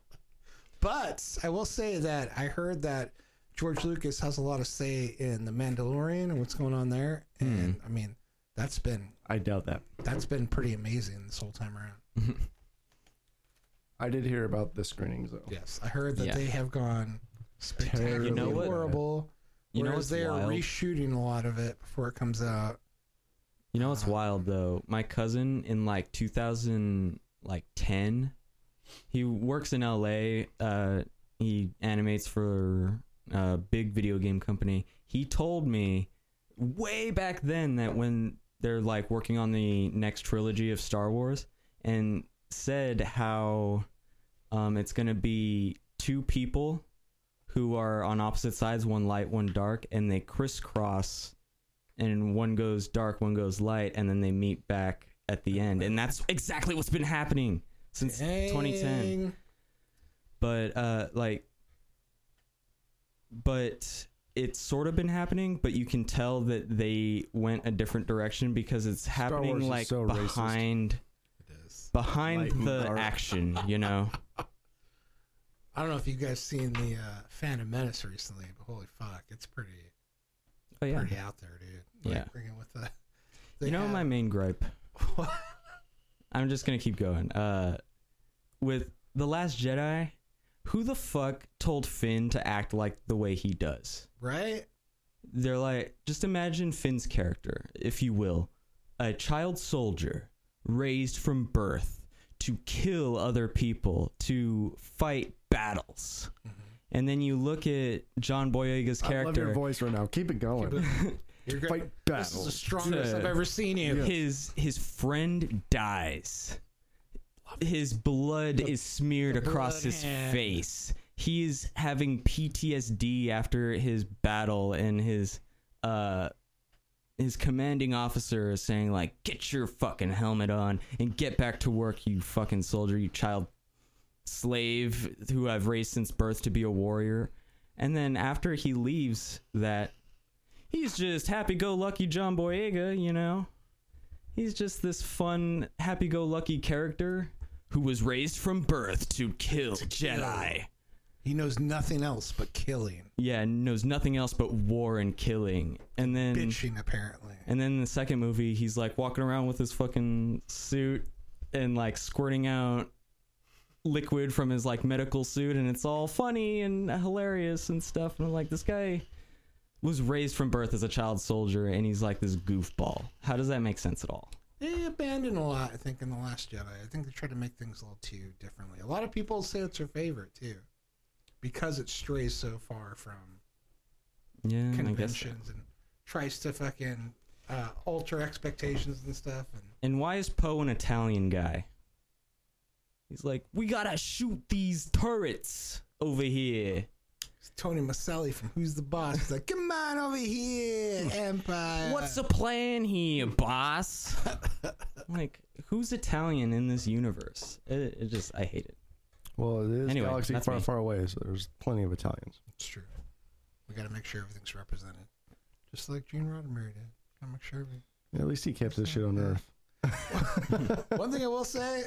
Speaker 2: But I will say that I heard that George Lucas has a lot to say in The Mandalorian and what's going on there.
Speaker 5: Hmm.
Speaker 2: And I mean, that's been
Speaker 6: I doubt that.
Speaker 2: that's been pretty amazing this whole time around.
Speaker 6: I did hear about the screenings though.
Speaker 2: Yes, I heard that
Speaker 5: Yeah.
Speaker 2: they have gone spectacularly
Speaker 5: You know what?
Speaker 2: horrible.
Speaker 5: You know
Speaker 2: whereas
Speaker 5: what's
Speaker 2: they are
Speaker 5: wild?
Speaker 2: reshooting a lot of it before it comes out.
Speaker 5: You know what's
Speaker 2: Uh-huh.
Speaker 5: wild though? My cousin in like 2000 like 10 he works in LA uh he animates for a big video game company. He told me way back then that when they're like working on the next trilogy of Star Wars and said how um it's going to be two people who are on opposite sides, one light, one dark, and they crisscross and one goes dark, one goes light, and then they meet back at the end. And that's exactly what's been happening since 2010.
Speaker 2: Dang.
Speaker 5: But uh like but it's sort of been happening, but you can tell that they went a different direction because it's
Speaker 6: Wars
Speaker 5: happening
Speaker 6: is
Speaker 5: like
Speaker 6: so racist.
Speaker 5: behind
Speaker 6: Light
Speaker 5: behind
Speaker 6: and
Speaker 5: the
Speaker 6: dark.
Speaker 5: action, you know.
Speaker 2: I don't know if you guys seen the uh, Phantom Menace recently, but holy fuck, it's pretty
Speaker 5: Oh yeah.
Speaker 2: pretty out there, dude.
Speaker 5: Yeah.
Speaker 2: bringing with the.
Speaker 5: You know my main gripe. I'm just gonna keep going. Uh, with the Last Jedi, who the fuck told Finn to act like the way he does?
Speaker 2: right?
Speaker 5: They're like, just imagine Finn's character, if you will, a child soldier raised from birth to kill other people, to fight battles. And then you look at John Boyega's
Speaker 6: Mm-hmm. I love your
Speaker 5: character.
Speaker 6: voice right now. Keep it going.
Speaker 2: You're good.
Speaker 6: Fight
Speaker 2: This is the
Speaker 6: battles.
Speaker 2: strongest I've ever seen you.
Speaker 5: his his friend dies. His blood is smeared across his face. He is having PTSD after his battle, and his uh his commanding officer is saying like, "Get your fucking helmet on and get back to work, you fucking soldier, you child slave who I've raised since birth to be a warrior." And then after he leaves that, he's just happy-go-lucky John Boyega, you know. He's just this fun, happy go lucky character who was raised from birth to kill Jedi.
Speaker 2: He knows nothing else but killing,
Speaker 5: Yeah, and knows nothing else but war and killing. And then
Speaker 2: bitching apparently.
Speaker 5: and then in the second movie he's like walking around with his fucking suit and like squirting out liquid from his like medical suit and it's all funny and hilarious and stuff and I'm like this guy was raised from birth as a child soldier and he's like this goofball. How does that make sense at all?
Speaker 2: They abandoned a lot, I think, in the Last Jedi. I think they tried to make things a little too differently. A lot of people say it's their favorite too, because it strays so far from
Speaker 5: Yeah, Mm, I guess.
Speaker 2: conventions and tries to fucking uh, alter expectations and stuff. And
Speaker 5: And why is Poe an Italian guy? He's like, we gotta shoot these turrets over here.
Speaker 2: it's Tony Maselli from Who's the Boss is like, "Come on over here, Empire."
Speaker 5: What's the plan here, boss? I'm like, who's Italian in this universe? It, it just, I hate it.
Speaker 6: Well, it is
Speaker 5: Anyway,
Speaker 6: galaxy
Speaker 5: that's
Speaker 6: far,
Speaker 5: me.
Speaker 6: far away, so there's plenty of Italians.
Speaker 2: It's true. We got to make sure everything's represented, just like Gene Roddenberry did. Got to make sure. Everything.
Speaker 6: Yeah, at least he kept this shit on Earth.
Speaker 2: One thing I will say,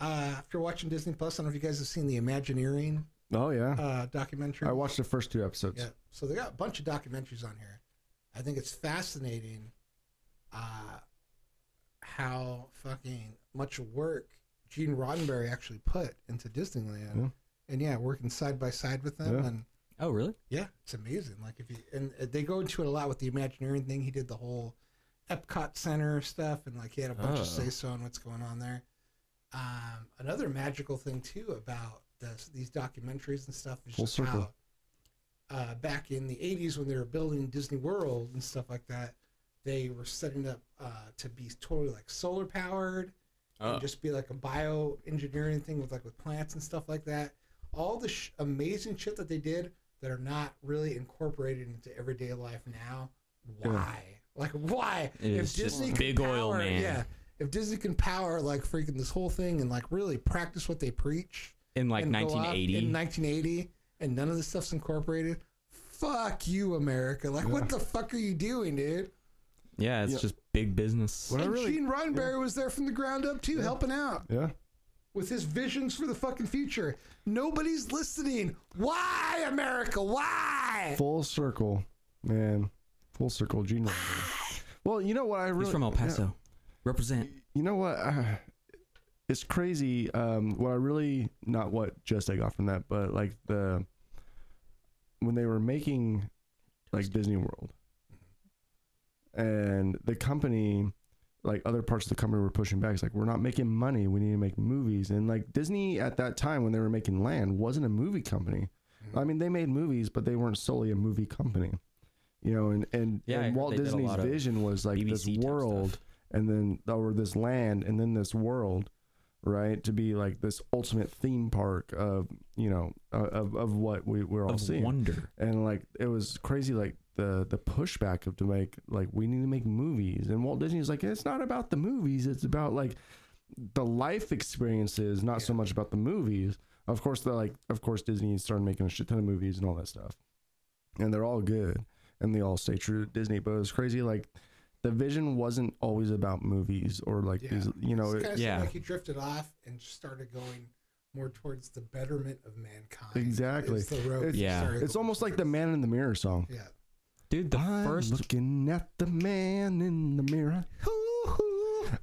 Speaker 2: uh, after watching Disney Plus, I don't know if you guys have seen the Imagineering
Speaker 6: Oh yeah,
Speaker 2: uh, documentary.
Speaker 6: I watched the first two episodes.
Speaker 2: Yeah. So they got a bunch of documentaries on here. I think it's fascinating uh, how fucking much work Gene Roddenberry actually put into Disneyland.
Speaker 6: Yeah.
Speaker 2: And yeah, working side by side with them.
Speaker 6: Yeah.
Speaker 2: And
Speaker 5: Oh, really?
Speaker 2: yeah, it's amazing. Like if you, and uh, they go into it a lot with the Imagineering thing. He did the whole Epcot Center stuff and like he had a bunch
Speaker 5: Oh.
Speaker 2: of say so on what's going on there. Um, another magical thing too about this, these documentaries and stuff is
Speaker 6: Full
Speaker 2: just
Speaker 6: circle.
Speaker 2: how uh, back in the 80s when they were building Disney World and stuff like that, they were setting up uh, to be totally like solar powered and just be like a bioengineering thing with like with plants and stuff like that. All the sh- amazing shit that they did that are not really incorporated into everyday life now.
Speaker 6: Yeah.
Speaker 2: Why? Like why?
Speaker 5: It is just big oil, man.
Speaker 2: yeah. If Disney can power like freaking this whole thing and like really practice what they preach,
Speaker 5: In like
Speaker 2: and go off
Speaker 5: 1980.
Speaker 2: in 1980, and none of this stuff's incorporated. Fuck you, America! Like, what the fuck are you doing, dude?
Speaker 5: yeah, it's
Speaker 6: Yeah.
Speaker 5: just big business.
Speaker 6: What I
Speaker 2: and
Speaker 6: really,
Speaker 2: Gene Roddenberry was there from the ground up too, helping out.
Speaker 6: yeah,
Speaker 2: with his visions for the fucking future. Nobody's listening. Why, America? Why?
Speaker 6: Full circle, man. Full circle, Gene. Roddenberry. well, you know what I really
Speaker 5: He's from El
Speaker 6: yeah.
Speaker 5: Paso. Represent.
Speaker 6: you know what I, it's crazy um what i really not what just i got from that but like the when they were making like disney world and the company like other parts of the company were pushing back it's like we're not making money we need to make movies and like disney at that time when they were making land wasn't a movie company
Speaker 5: Mm-hmm.
Speaker 6: i mean they made movies but they weren't solely a movie company you know and and,
Speaker 5: Yeah, I
Speaker 6: and
Speaker 5: heard
Speaker 6: walt
Speaker 5: they did a
Speaker 6: disney's
Speaker 5: lot of
Speaker 6: vision was like this
Speaker 5: BBC type stuff.
Speaker 6: world and then or this land and then this world right to be like this ultimate theme park of you know uh, of, of what we, we're all
Speaker 5: Of
Speaker 6: seeing
Speaker 5: wonder.
Speaker 6: and like it was crazy like the the pushback of to make like we need to make movies and walt disney's like it's not about the movies it's about like the life experiences not so much about the movies of course they're like of course disney started making a shit ton of movies and all that stuff and they're all good and they all stay true to disney but it was crazy like the vision wasn't always about movies or like
Speaker 2: Yeah.
Speaker 6: these you know
Speaker 2: it's
Speaker 6: it-
Speaker 2: kind of
Speaker 5: yeah.
Speaker 2: like he drifted off and just started going more towards the betterment of mankind.
Speaker 6: Exactly.
Speaker 2: It's the road
Speaker 6: It's-
Speaker 2: he
Speaker 5: Yeah.
Speaker 2: started
Speaker 6: it's
Speaker 2: going
Speaker 6: almost like the
Speaker 2: towards.
Speaker 6: man in the mirror song
Speaker 2: Yeah.
Speaker 5: Dude, the
Speaker 6: I'm
Speaker 5: first
Speaker 6: looking at the man in the mirror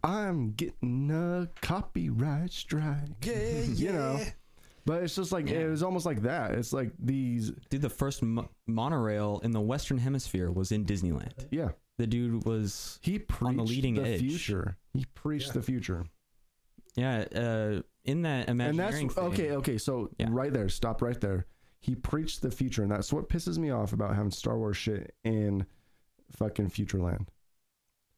Speaker 6: I'm getting a copyright strike.
Speaker 2: Yeah,
Speaker 6: You know, but it's just like it was almost like that. It's like these,
Speaker 5: dude, the first mo- monorail in the Western Hemisphere was in Disneyland.
Speaker 6: yeah.
Speaker 5: The dude was
Speaker 6: He preached
Speaker 5: On the leading edge.
Speaker 6: future. He preached the future,
Speaker 5: yeah, uh, in that
Speaker 6: and
Speaker 5: imagineering
Speaker 6: that's
Speaker 5: thing.
Speaker 6: okay. Okay, so
Speaker 5: Yeah.
Speaker 6: right there, stop right there. He preached the future, and that's what pisses me off about having Star Wars shit in fucking Futureland,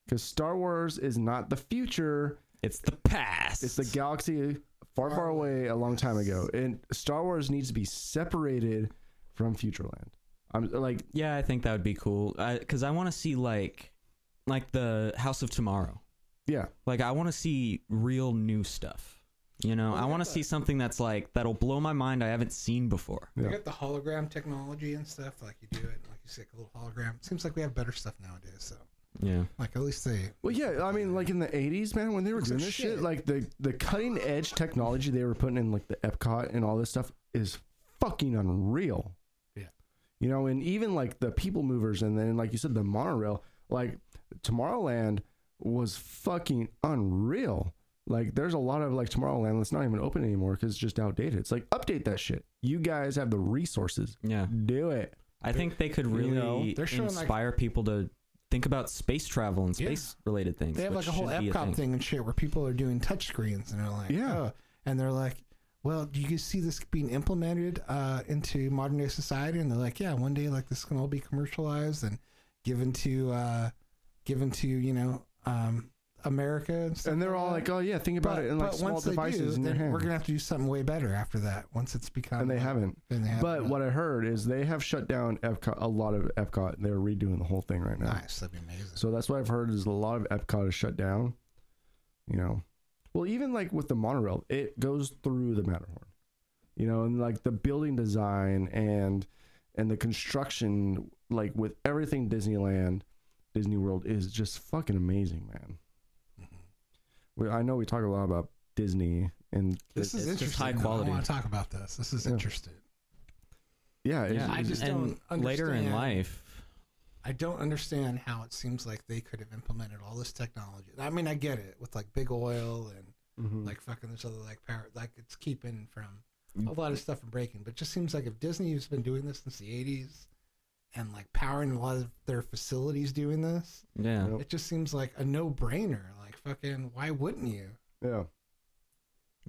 Speaker 6: because Star Wars is not the future.
Speaker 5: It's the past.
Speaker 6: It's the galaxy far, far away a long time ago, and Star Wars needs to be separated from Futureland. I'm like,
Speaker 5: Yeah, I think that would be cool. Because I, want to see like, like the House of Tomorrow.
Speaker 6: yeah,
Speaker 5: Like I want to see real new stuff. You know, I want to see something that's like that'll blow my mind. I haven't seen before.
Speaker 2: You
Speaker 6: Yeah.
Speaker 2: got the hologram technology and stuff, like you do it, like you stick a little hologram. Seems like we have better stuff nowadays. So,
Speaker 5: Yeah,
Speaker 2: like at least they
Speaker 6: well, yeah. I mean, like in the '80s, man, when they were
Speaker 2: Looks
Speaker 6: doing
Speaker 2: like
Speaker 6: this shit,
Speaker 2: shit.
Speaker 6: like the the cutting edge technology they were putting in, like the Epcot and all this stuff, is fucking unreal.
Speaker 2: Yeah.
Speaker 6: you know, and even like the people movers, and then like you said, the monorail, like Tomorrowland was fucking unreal. Like, there's a lot of like Tomorrowland that's not even open anymore because it's just outdated. It's like update that shit. You guys have the resources.
Speaker 5: yeah.
Speaker 6: Do it.
Speaker 5: I think they could
Speaker 6: You
Speaker 5: really
Speaker 6: know,
Speaker 2: they're showing, like-
Speaker 5: inspire people to think about space travel and
Speaker 2: Yeah.
Speaker 5: space related things.
Speaker 2: they have
Speaker 5: which
Speaker 2: like a whole
Speaker 5: should be
Speaker 2: Epcot thing. and shit where people are doing touch screens and they're like,
Speaker 6: Yeah.
Speaker 2: oh. and they're like, well, do you guys see this being implemented uh, into modern day society? And they're like, yeah, one day like this can all be commercialized and given to uh, given to you know um, America and stuff.
Speaker 6: And they're all
Speaker 2: that.
Speaker 6: like, oh yeah, think about it, and like small devices in your
Speaker 2: then
Speaker 6: hand.
Speaker 2: we're gonna have to do something way better after that. Once it's become,
Speaker 6: and they haven't.
Speaker 2: then they
Speaker 6: But
Speaker 2: haven't.
Speaker 6: what I heard is they have shut down Epcot, a lot of Epcot. They're redoing the whole thing right now.
Speaker 2: nice, that'd be amazing.
Speaker 6: So that's what I've heard is a lot of Epcot is shut down. You know, well, even like with the monorail, it goes through the Matterhorn. You know, and like the building design and and the construction, like with everything Disneyland, Disney World is just fucking amazing, man.
Speaker 2: Mm-hmm.
Speaker 6: We, I know we talk a lot about Disney and
Speaker 2: This is
Speaker 5: it's just
Speaker 2: interesting.
Speaker 5: high
Speaker 2: though.
Speaker 5: quality.
Speaker 2: I want to talk about this. This is
Speaker 6: Yeah.
Speaker 2: interesting.
Speaker 6: yeah, it's,
Speaker 5: Yeah,
Speaker 2: I just
Speaker 5: and
Speaker 2: don't
Speaker 5: later in
Speaker 2: understand.
Speaker 5: life.
Speaker 2: I don't understand how it seems like they could have implemented all this technology. I mean, I get it with like big oil and
Speaker 6: Mhm.
Speaker 2: like fucking this other like power, like it's keeping from
Speaker 6: Mm.
Speaker 2: a lot of stuff from breaking. But it just seems like if Disney has been doing this since the '80s and like powering a lot of their facilities doing this,
Speaker 5: Yeah,
Speaker 6: Yep.
Speaker 2: it just seems like a no-brainer. Like fucking, why wouldn't you?
Speaker 6: yeah.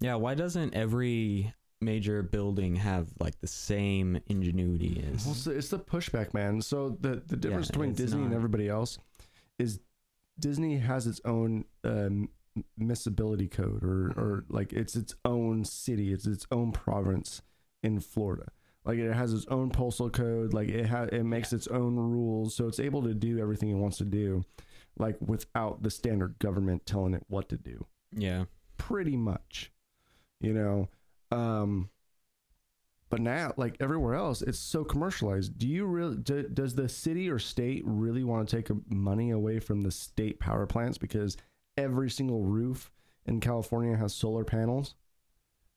Speaker 5: yeah. Why doesn't every major building have like the same ingenuity
Speaker 6: Well,
Speaker 5: as?
Speaker 6: so it's the pushback, man. So the the difference
Speaker 5: Yeah,
Speaker 6: between
Speaker 5: it's
Speaker 6: Disney and
Speaker 5: not-
Speaker 6: everybody else is Disney has its own um, miscibility code, or or like it's its own city, it's its own province in Florida. Like it has its own postal code, like it ha- it makes its own rules, so it's able to do everything it wants to do, like without the standard government telling it what to do
Speaker 5: Yeah,
Speaker 6: pretty much you know um but now like everywhere else it's so commercialized do you really do, does the city or state really want to take money away from the state power plants because every single roof in california has solar panels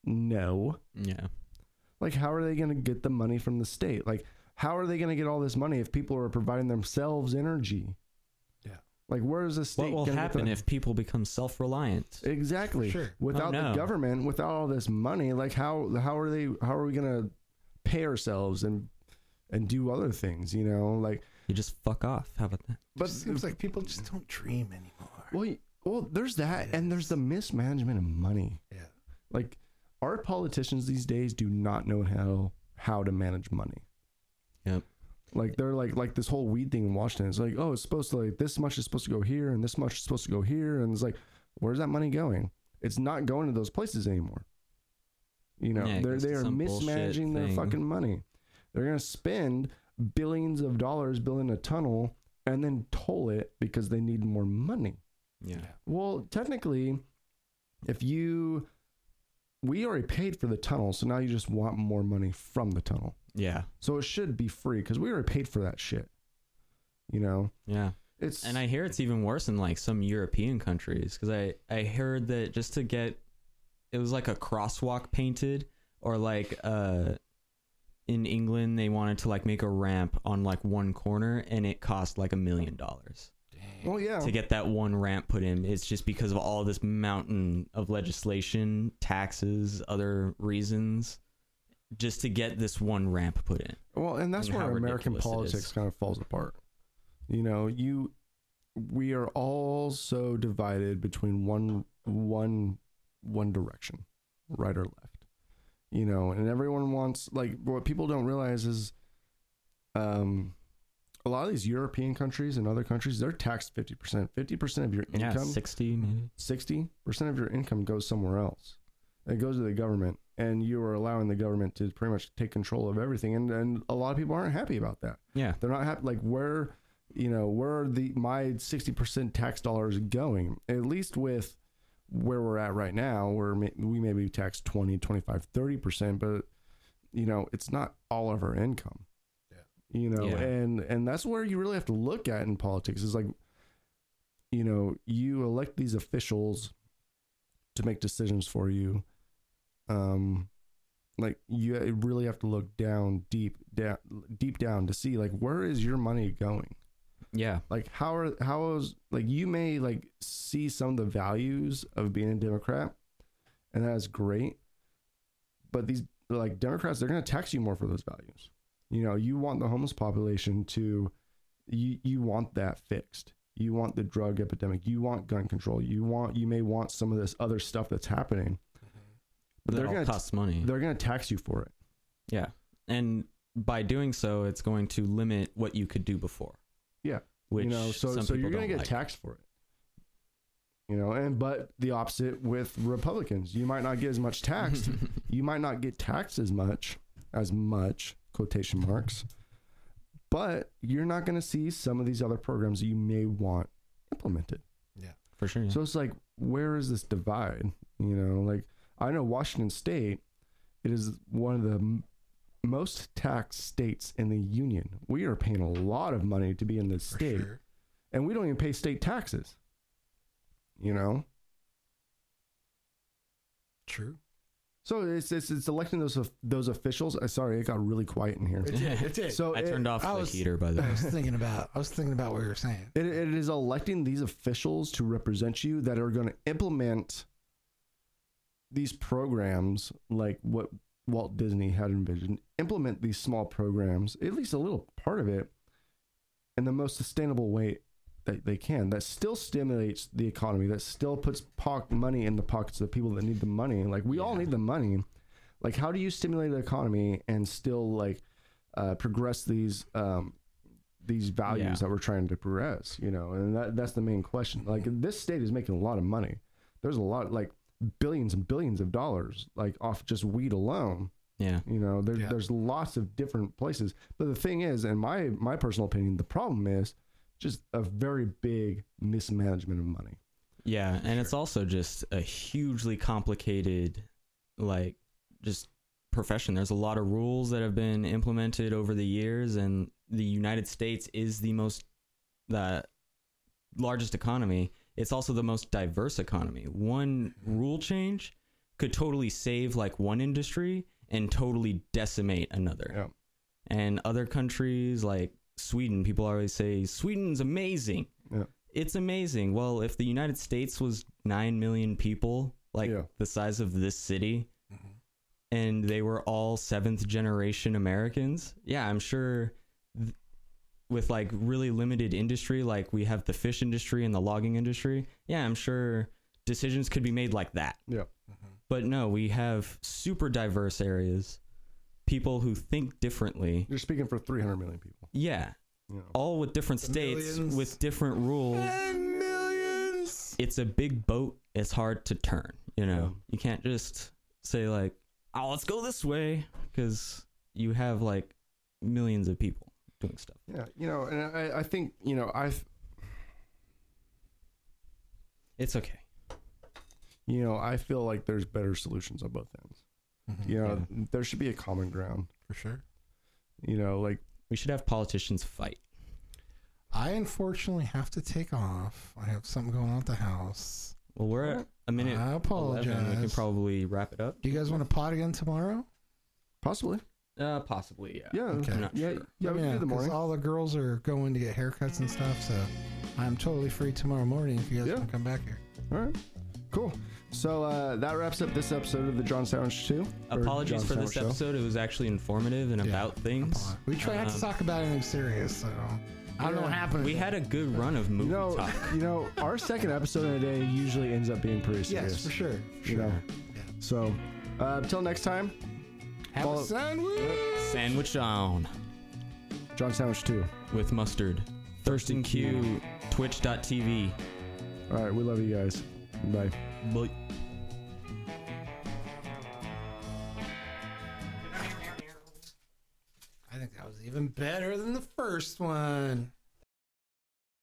Speaker 6: No.
Speaker 5: Yeah.
Speaker 6: Like, how are they going to get the money from the state? Like, how are they going to get all this money if people are providing themselves energy?
Speaker 2: Yeah.
Speaker 6: Like, where is the
Speaker 5: What
Speaker 6: state?
Speaker 5: will
Speaker 6: gonna get
Speaker 5: happen
Speaker 6: the-
Speaker 5: if people become self-reliant?
Speaker 6: Exactly.
Speaker 2: Sure.
Speaker 6: Without
Speaker 5: no.
Speaker 6: the government, without all this money, like how how are they how are we gonna pay ourselves and and do other things? You know, like
Speaker 5: You just fuck off. How about that?
Speaker 2: But
Speaker 6: but
Speaker 2: it seems like people just don't dream anymore.
Speaker 6: well, y- well, there's that, and there's the mismanagement of money.
Speaker 2: Yeah.
Speaker 6: Like our politicians these days do not know how how to manage money.
Speaker 5: Yep.
Speaker 6: Like they're like like this whole weed thing in Washington. It's like oh, it's supposed to like this much is supposed to go here and this much is supposed to go here, and it's like where's that money going? It's not going to those places anymore. You know,
Speaker 5: Yeah, it
Speaker 6: they're
Speaker 5: goes
Speaker 6: they
Speaker 5: to
Speaker 6: are
Speaker 5: some bullshit
Speaker 6: mismanaging their
Speaker 5: thing.
Speaker 6: fucking money. They're gonna spend billions of dollars building a tunnel and then toll it because they need more money.
Speaker 5: Yeah.
Speaker 6: Well, technically, if you we already paid for the tunnel, so now you just want more money from the tunnel.
Speaker 5: Yeah.
Speaker 6: So it should be free because we already paid for that shit. You know,
Speaker 5: Yeah.
Speaker 6: it's
Speaker 5: And I hear it's even worse in like some European countries because I I heard that just to get it was like a crosswalk painted or like uh in England they wanted to like make a ramp on like one corner and it cost like a million dollars
Speaker 6: oh yeah,
Speaker 5: to get that one ramp put in. It's just because of all this mountain of legislation, taxes, other reasons just to get this one ramp put in.
Speaker 6: well, and that's
Speaker 5: and how
Speaker 6: where American
Speaker 5: ridiculous it
Speaker 6: politics
Speaker 5: is.
Speaker 6: kind of falls apart. You know, you we are all so divided between one one one direction, right or left. You know, and everyone wants like what people don't realize is, um, a lot of these European countries and other countries they're taxed fifty percent. Fifty percent of your income
Speaker 5: Yeah, 60 maybe.
Speaker 6: sixty percent of your income goes somewhere else. It goes to the government, and you are allowing the government to pretty much take control of everything. And and a lot of people aren't happy about that.
Speaker 5: Yeah.
Speaker 6: They're not happy. Like where, you know, where are the my sixty percent tax dollars going? At least with where we're at right now, where ma- we maybe tax 20, 25, 30 percent, but you know, it's not all of our income. You know,
Speaker 5: Yeah.
Speaker 6: and and that's where you really have to look at in politics is like you know, you elect these officials to make decisions for you. Um, like you really have to look down deep down deep down to see like where is your money going?
Speaker 5: Yeah.
Speaker 6: Like how are how is like you may like see some of the values of being a Democrat, and that is great. But these like Democrats, they're going to tax you more for those values. You know, you want the homeless population to, you you want that fixed. You want the drug epidemic. You want gun control. You want you may want some of this other stuff that's happening. But
Speaker 5: But
Speaker 6: they're
Speaker 5: that all
Speaker 6: going to
Speaker 5: costs money.
Speaker 6: they're going to tax you for it.
Speaker 5: Yeah. And by doing so, it's going to limit what you could do before.
Speaker 6: Yeah.
Speaker 5: Which
Speaker 6: you know, so
Speaker 5: some
Speaker 6: so
Speaker 5: people
Speaker 6: you're going to
Speaker 5: don't
Speaker 6: get
Speaker 5: like.
Speaker 6: taxed for it. You know, and but the opposite with Republicans, you might not get as much taxed you might not get taxed as much as much quotation marks but you're not going to see some of these other programs that you may want implemented
Speaker 5: For sure. yeah.
Speaker 6: so it's like where is this divide you know like i know washington state it is one of the m- most taxed states in the union we are paying a lot of money to be in this
Speaker 2: For
Speaker 6: state
Speaker 2: sure.
Speaker 6: and we don't even pay state taxes you know
Speaker 2: True.
Speaker 6: so it's it's, it's electing those of- those officials uh, sorry it got really quiet in here
Speaker 2: It did. It did.
Speaker 6: so
Speaker 5: I
Speaker 6: it-
Speaker 5: turned off
Speaker 2: I
Speaker 5: the
Speaker 2: was-
Speaker 5: heater, by the
Speaker 2: I
Speaker 5: way.
Speaker 2: was thinking about. I was thinking about what you were saying.
Speaker 6: It, it is electing these officials to represent you that are going to implement these programs like what Walt Disney had envisioned, implement these small programs, at least a little part of it, in the most sustainable way that they can. That still stimulates the economy, that still puts po- money in the pockets of the people that need the money. Like, we all need the money. Like, how do you stimulate the economy and still, like, uh, progress these um, these values
Speaker 5: Yeah.
Speaker 6: that we're trying to progress, you know, and that, that's the main question. Like this state is making a lot of money. There's a lot like billions and billions of dollars like off just weed alone.
Speaker 5: Yeah.
Speaker 6: You know, there,
Speaker 2: Yeah.
Speaker 6: there's lots of different places. But the thing is, in my my personal opinion, the problem is just a very big mismanagement of money.
Speaker 5: Yeah. And it's also just a hugely complicated, like, just profession. There's a lot of rules that have been implemented over the years, and the United States is the most, the largest economy. It's also the most diverse economy. One rule change could totally save like one industry and totally decimate another.
Speaker 6: Yeah.
Speaker 5: And other countries like Sweden, people always say Sweden's amazing.
Speaker 6: Yeah.
Speaker 5: It's amazing. Well, if the United States was 9 million people, like
Speaker 6: Yeah. Mm-hmm.
Speaker 5: the size of this city, and they were all seventh generation Americans, yeah, I'm sure th- with like really limited industry, like we have the fish industry and the logging industry, yeah, I'm sure decisions could be made like that.
Speaker 6: Yeah.
Speaker 5: But no, we have super diverse areas, people who think differently.
Speaker 6: You're speaking for 300 million people.
Speaker 5: Yeah,
Speaker 6: You know.
Speaker 5: all with different states
Speaker 2: millions.
Speaker 5: with different rules.
Speaker 2: millions.
Speaker 5: It's a big boat. It's hard to turn. You know, you can't just say like, "Oh, let's go this way," because you have like millions of people doing stuff.
Speaker 6: Yeah, you know, and I, I think you know I,
Speaker 5: It's okay.
Speaker 6: you know, I feel like there's better solutions on both ends. You know, there should be a common ground.
Speaker 2: for sure.
Speaker 6: You know, like
Speaker 5: We should have politicians fight.
Speaker 2: I unfortunately have to take off. I have something going on at the house.
Speaker 5: Well, we're at a minute.
Speaker 2: I
Speaker 5: 11. We can
Speaker 2: apologize.
Speaker 5: probably wrap it up.
Speaker 2: Do you guys want to pot again tomorrow?
Speaker 6: possibly,
Speaker 5: Uh, possibly. Yeah.
Speaker 6: yeah,
Speaker 2: Okay.
Speaker 5: I'm not
Speaker 6: yeah,
Speaker 5: sure.
Speaker 6: yeah. We can do the
Speaker 2: 'cause
Speaker 6: morning.
Speaker 2: All the girls are going to get haircuts and stuff, so I'm totally free tomorrow morning if you guys
Speaker 6: Yeah.
Speaker 2: want to come back here.
Speaker 6: All right, cool. So uh, that wraps up this episode of the John Sandwich Two. or
Speaker 5: Apologies
Speaker 6: John
Speaker 5: for this
Speaker 6: Sandwich Show.
Speaker 5: episode. It was actually informative and
Speaker 2: Yeah.
Speaker 5: about things.
Speaker 2: We try not
Speaker 5: Um,
Speaker 2: to talk about anything serious, so I don't know what happened.
Speaker 5: We had a good run of
Speaker 6: You
Speaker 5: movie
Speaker 6: know,
Speaker 5: talk.
Speaker 6: you know, our second episode in a day usually ends up being pretty serious.
Speaker 2: yes, for sure. for
Speaker 6: You
Speaker 2: sure.
Speaker 6: know, so uh, until next time,
Speaker 2: Have
Speaker 6: Follow-
Speaker 2: a sandwich.
Speaker 5: Sandwich on
Speaker 6: John Sandwich Two.
Speaker 5: with mustard. Thurston Q, twitch.tv.
Speaker 6: All right, we love you guys. Bye.
Speaker 5: Bye.
Speaker 2: I think that was even better than the first one.